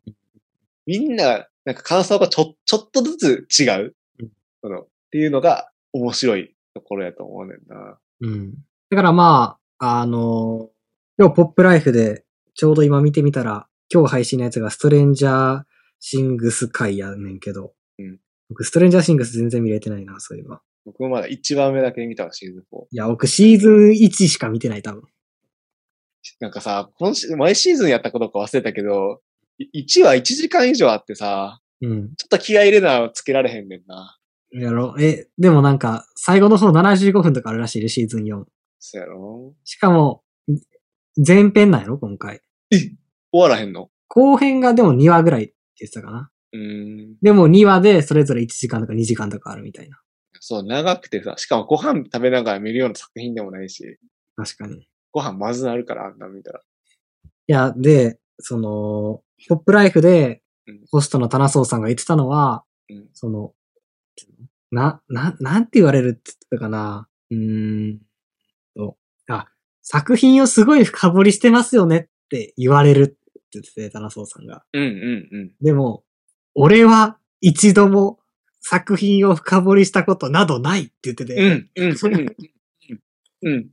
S2: みんな、なんか感想がちょ、ちょっとずつ違う
S1: うん。
S2: その、っていうのが面白いところやと思うねんな。
S1: うん。だからまあ、あの今日ポップライフでちょうど今見てみたら、今日配信のやつがストレンジャーシングス回やねんけど、
S2: うん
S1: 僕ストレンジャーシングス全然見れてないな、そういえば。
S2: 僕もまだ1番目だけ見たわ、シーズン4。
S1: いや、僕シーズン1しか見てない、多分。
S2: なんかさ、今シ毎シーズンやったことか忘れたけど、1は1時間以上あってさ、
S1: うん。
S2: ちょっと気合い入れなつけられへんねんな。
S1: やろ。え、でもなんか、最後の方75分とかあるらしいで、シーズン4。
S2: そうやろ
S1: しかも、前編なんやろ今回。
S2: 終わらへんの
S1: 後編がでも2話ぐらいって言ってたかな。
S2: うーん。
S1: でも2話でそれぞれ1時間とか2時間とかあるみたいな。
S2: そう、長くてさ、しかもご飯食べながら見るような作品でもないし、
S1: 確かに。い
S2: ご飯まずなるから、あんな見たら。
S1: や、で、その、ポップライフで
S2: うん、
S1: ホストの棚荘さんが言ってたのは、
S2: うん
S1: その、な、な、なんて言われるって言ってたかな。うーんと、あ、作品をすごい深掘りしてますよねって言われるって言ってて、棚荘さんが。
S2: うんうんうん。
S1: でも、俺は一度も作品を深掘りしたことなどないって言ってて、
S2: うんうんうん。うん。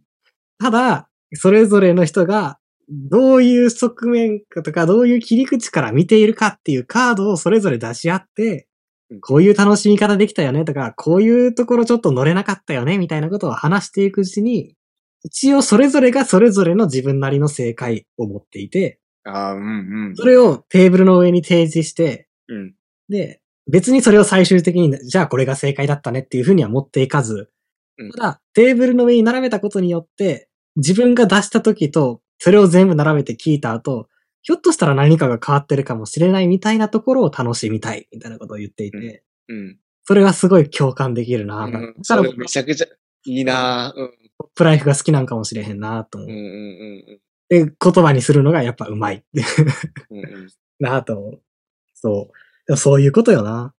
S1: ただ、それぞれの人がどういう側面かとか、どういう切り口から見ているかっていうカードをそれぞれ出し合って
S2: うん、
S1: こういう楽しみ方できたよねとか、こういうところちょっと乗れなかったよねみたいなことを話していくうちに、一応それぞれがそれぞれの自分なりの正解を持っていて、
S2: ああ、うんうん。
S1: それをテーブルの上に提示して、
S2: うん。
S1: で、別にそれを最終的に、じゃあこれが正解だったねっていうふうには持っていかず
S2: うん、
S1: ただ、テーブルの上に並べたことによって、自分が出した時と、それを全部並べて聞いた後、ひょっとしたら何かが変わってるかもしれないみたいなところを楽しみたい、みたいなことを言っていて、
S2: うん。
S1: それがすごい共感できるな、
S2: うん
S1: だから
S2: それ
S1: 僕
S2: め
S1: は
S2: ちゃくちゃいいなぁ。うん
S1: ポップライフが好きなんかもしれへんな、と思
S2: うんう
S1: っ
S2: んうん
S1: て、言葉にするのがやっぱうまい、 [laughs]
S2: うんうん
S1: なと思う。そう。でもそういうことよな。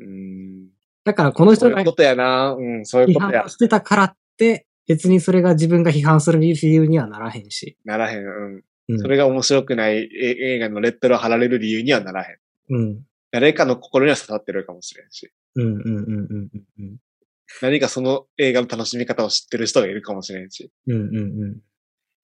S2: うん。
S1: だからこの
S2: そ
S1: 人
S2: うい
S1: が
S2: うことやなうん、そういう
S1: 批
S2: ことや
S1: 判。してたからって、別にそれが自分が批判する理由にはならへんし。
S2: ならへん。うん。
S1: うん。
S2: それが面白くないえ映画のレッテルを貼られる理由にはならへん。
S1: うん。
S2: 誰かの心には刺さってるかもしれんし。
S1: うんうんうんうんうんうん。
S2: 何かその映画の楽しみ方を知ってる人がいるかもしれんし。
S1: うんうんうん。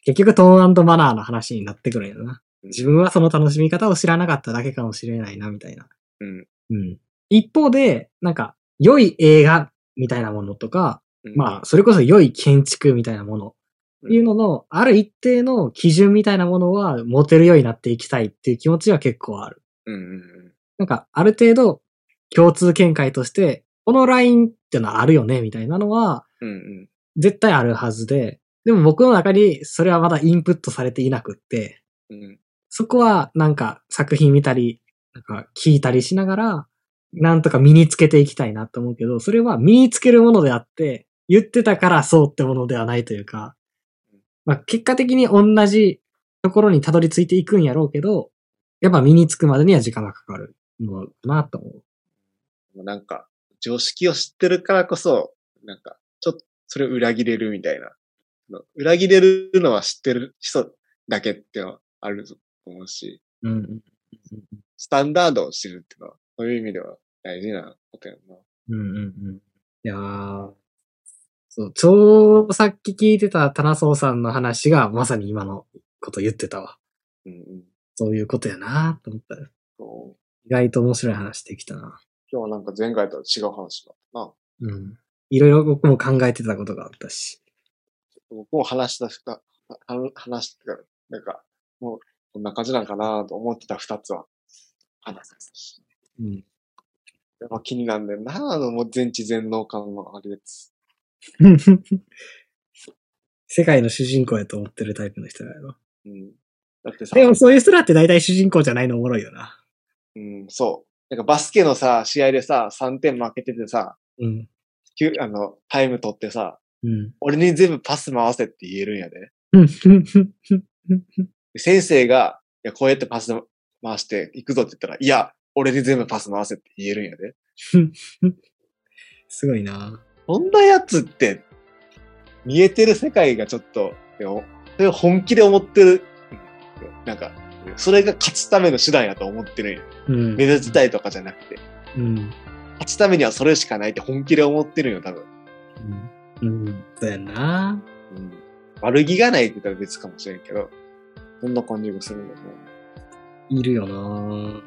S1: 結局、トーンマナーの話になってくるんやろな。自分はその楽しみ方を知らなかっただけかもしれないな、みたいな。
S2: うん。
S1: うん。一方で、なんか、良い映画みたいなものとか、まあ、それこそ良い建築みたいなもの
S2: うん、
S1: っていうのの、ある一定の基準みたいなものは持てるようになっていきたいっていう気持ちは結構ある。
S2: うんうん
S1: なんか、ある程度、共通見解として、このラインってのはあるよね、みたいなのは、
S2: うん。うん
S1: 絶対あるはずで、でも僕の中に、それはまだインプットされていなくって、
S2: うん。うん
S1: そこは、なんか、作品見たり、なんか、聞いたりしながら、なんとか身につけていきたいなと思うけど、それは身につけるものであって、言ってたからそうってものではないというか、まあ結果的に同じところにたどり着いていくんやろうけど、やっぱ身につくまでには時間がかかるものかなと思う。
S2: なんか、常識を知ってるからこそ、なんか、ちょっと、それを裏切れるみたいな。裏切れるのは知ってる人だけっていうのはあると思うし、
S1: うん。
S2: スタンダードを知るっていうのは、そういう意味では大事なことやな。
S1: うんうんうん。いやーそう、ちょうどさっき聞いてた棚荘さんの話がまさに今のこと言ってたわ。
S2: うんうん。
S1: そういうことやなと思ったら、
S2: そう
S1: 意外と面白い話できたな。
S2: 今日はなんか前回とは違う話だったな。
S1: うん。いろいろ僕も考えてたことがあったし。 [laughs]
S2: 僕も話したふた、は話してから、なんか、もう、こんな感じなんかなと思ってた二つは、話せたし。
S1: うん。
S2: やっぱ気になんねんなあの、もう全知全能感のあるやつ。
S1: 世界の主人公やと思ってるタイプの人だよ。
S2: うん。だってさ、
S1: でもそういう人だって大体主人公じゃないのおもろいよな。
S2: うん、そう。なんかバスケのさ、試合でさ、3点負けててさ、
S1: うん。
S2: 急あの、タイム取ってさ、
S1: うん。
S2: 俺に全部パス回せって言えるんやで。
S1: うん。 [laughs]
S2: で先生が、いや、こうやってパス回していくぞって言ったら、いや、俺に全部パス回せって言えるんやで。
S1: すごいな
S2: そんなやつって、見えてる世界がちょっと、でもそれを本気で思ってる。なんか、それが勝つための手段やと思ってるんや。
S1: うん。
S2: 目指したいとかじゃなくて、
S1: うん。
S2: 勝つためにはそれしかないって本気で思ってるんよ、多分。
S1: うん。うん。そうやな
S2: うん。悪気がないって言ったら別かもしれんけど、そんな感じがするんだね。
S1: いるよな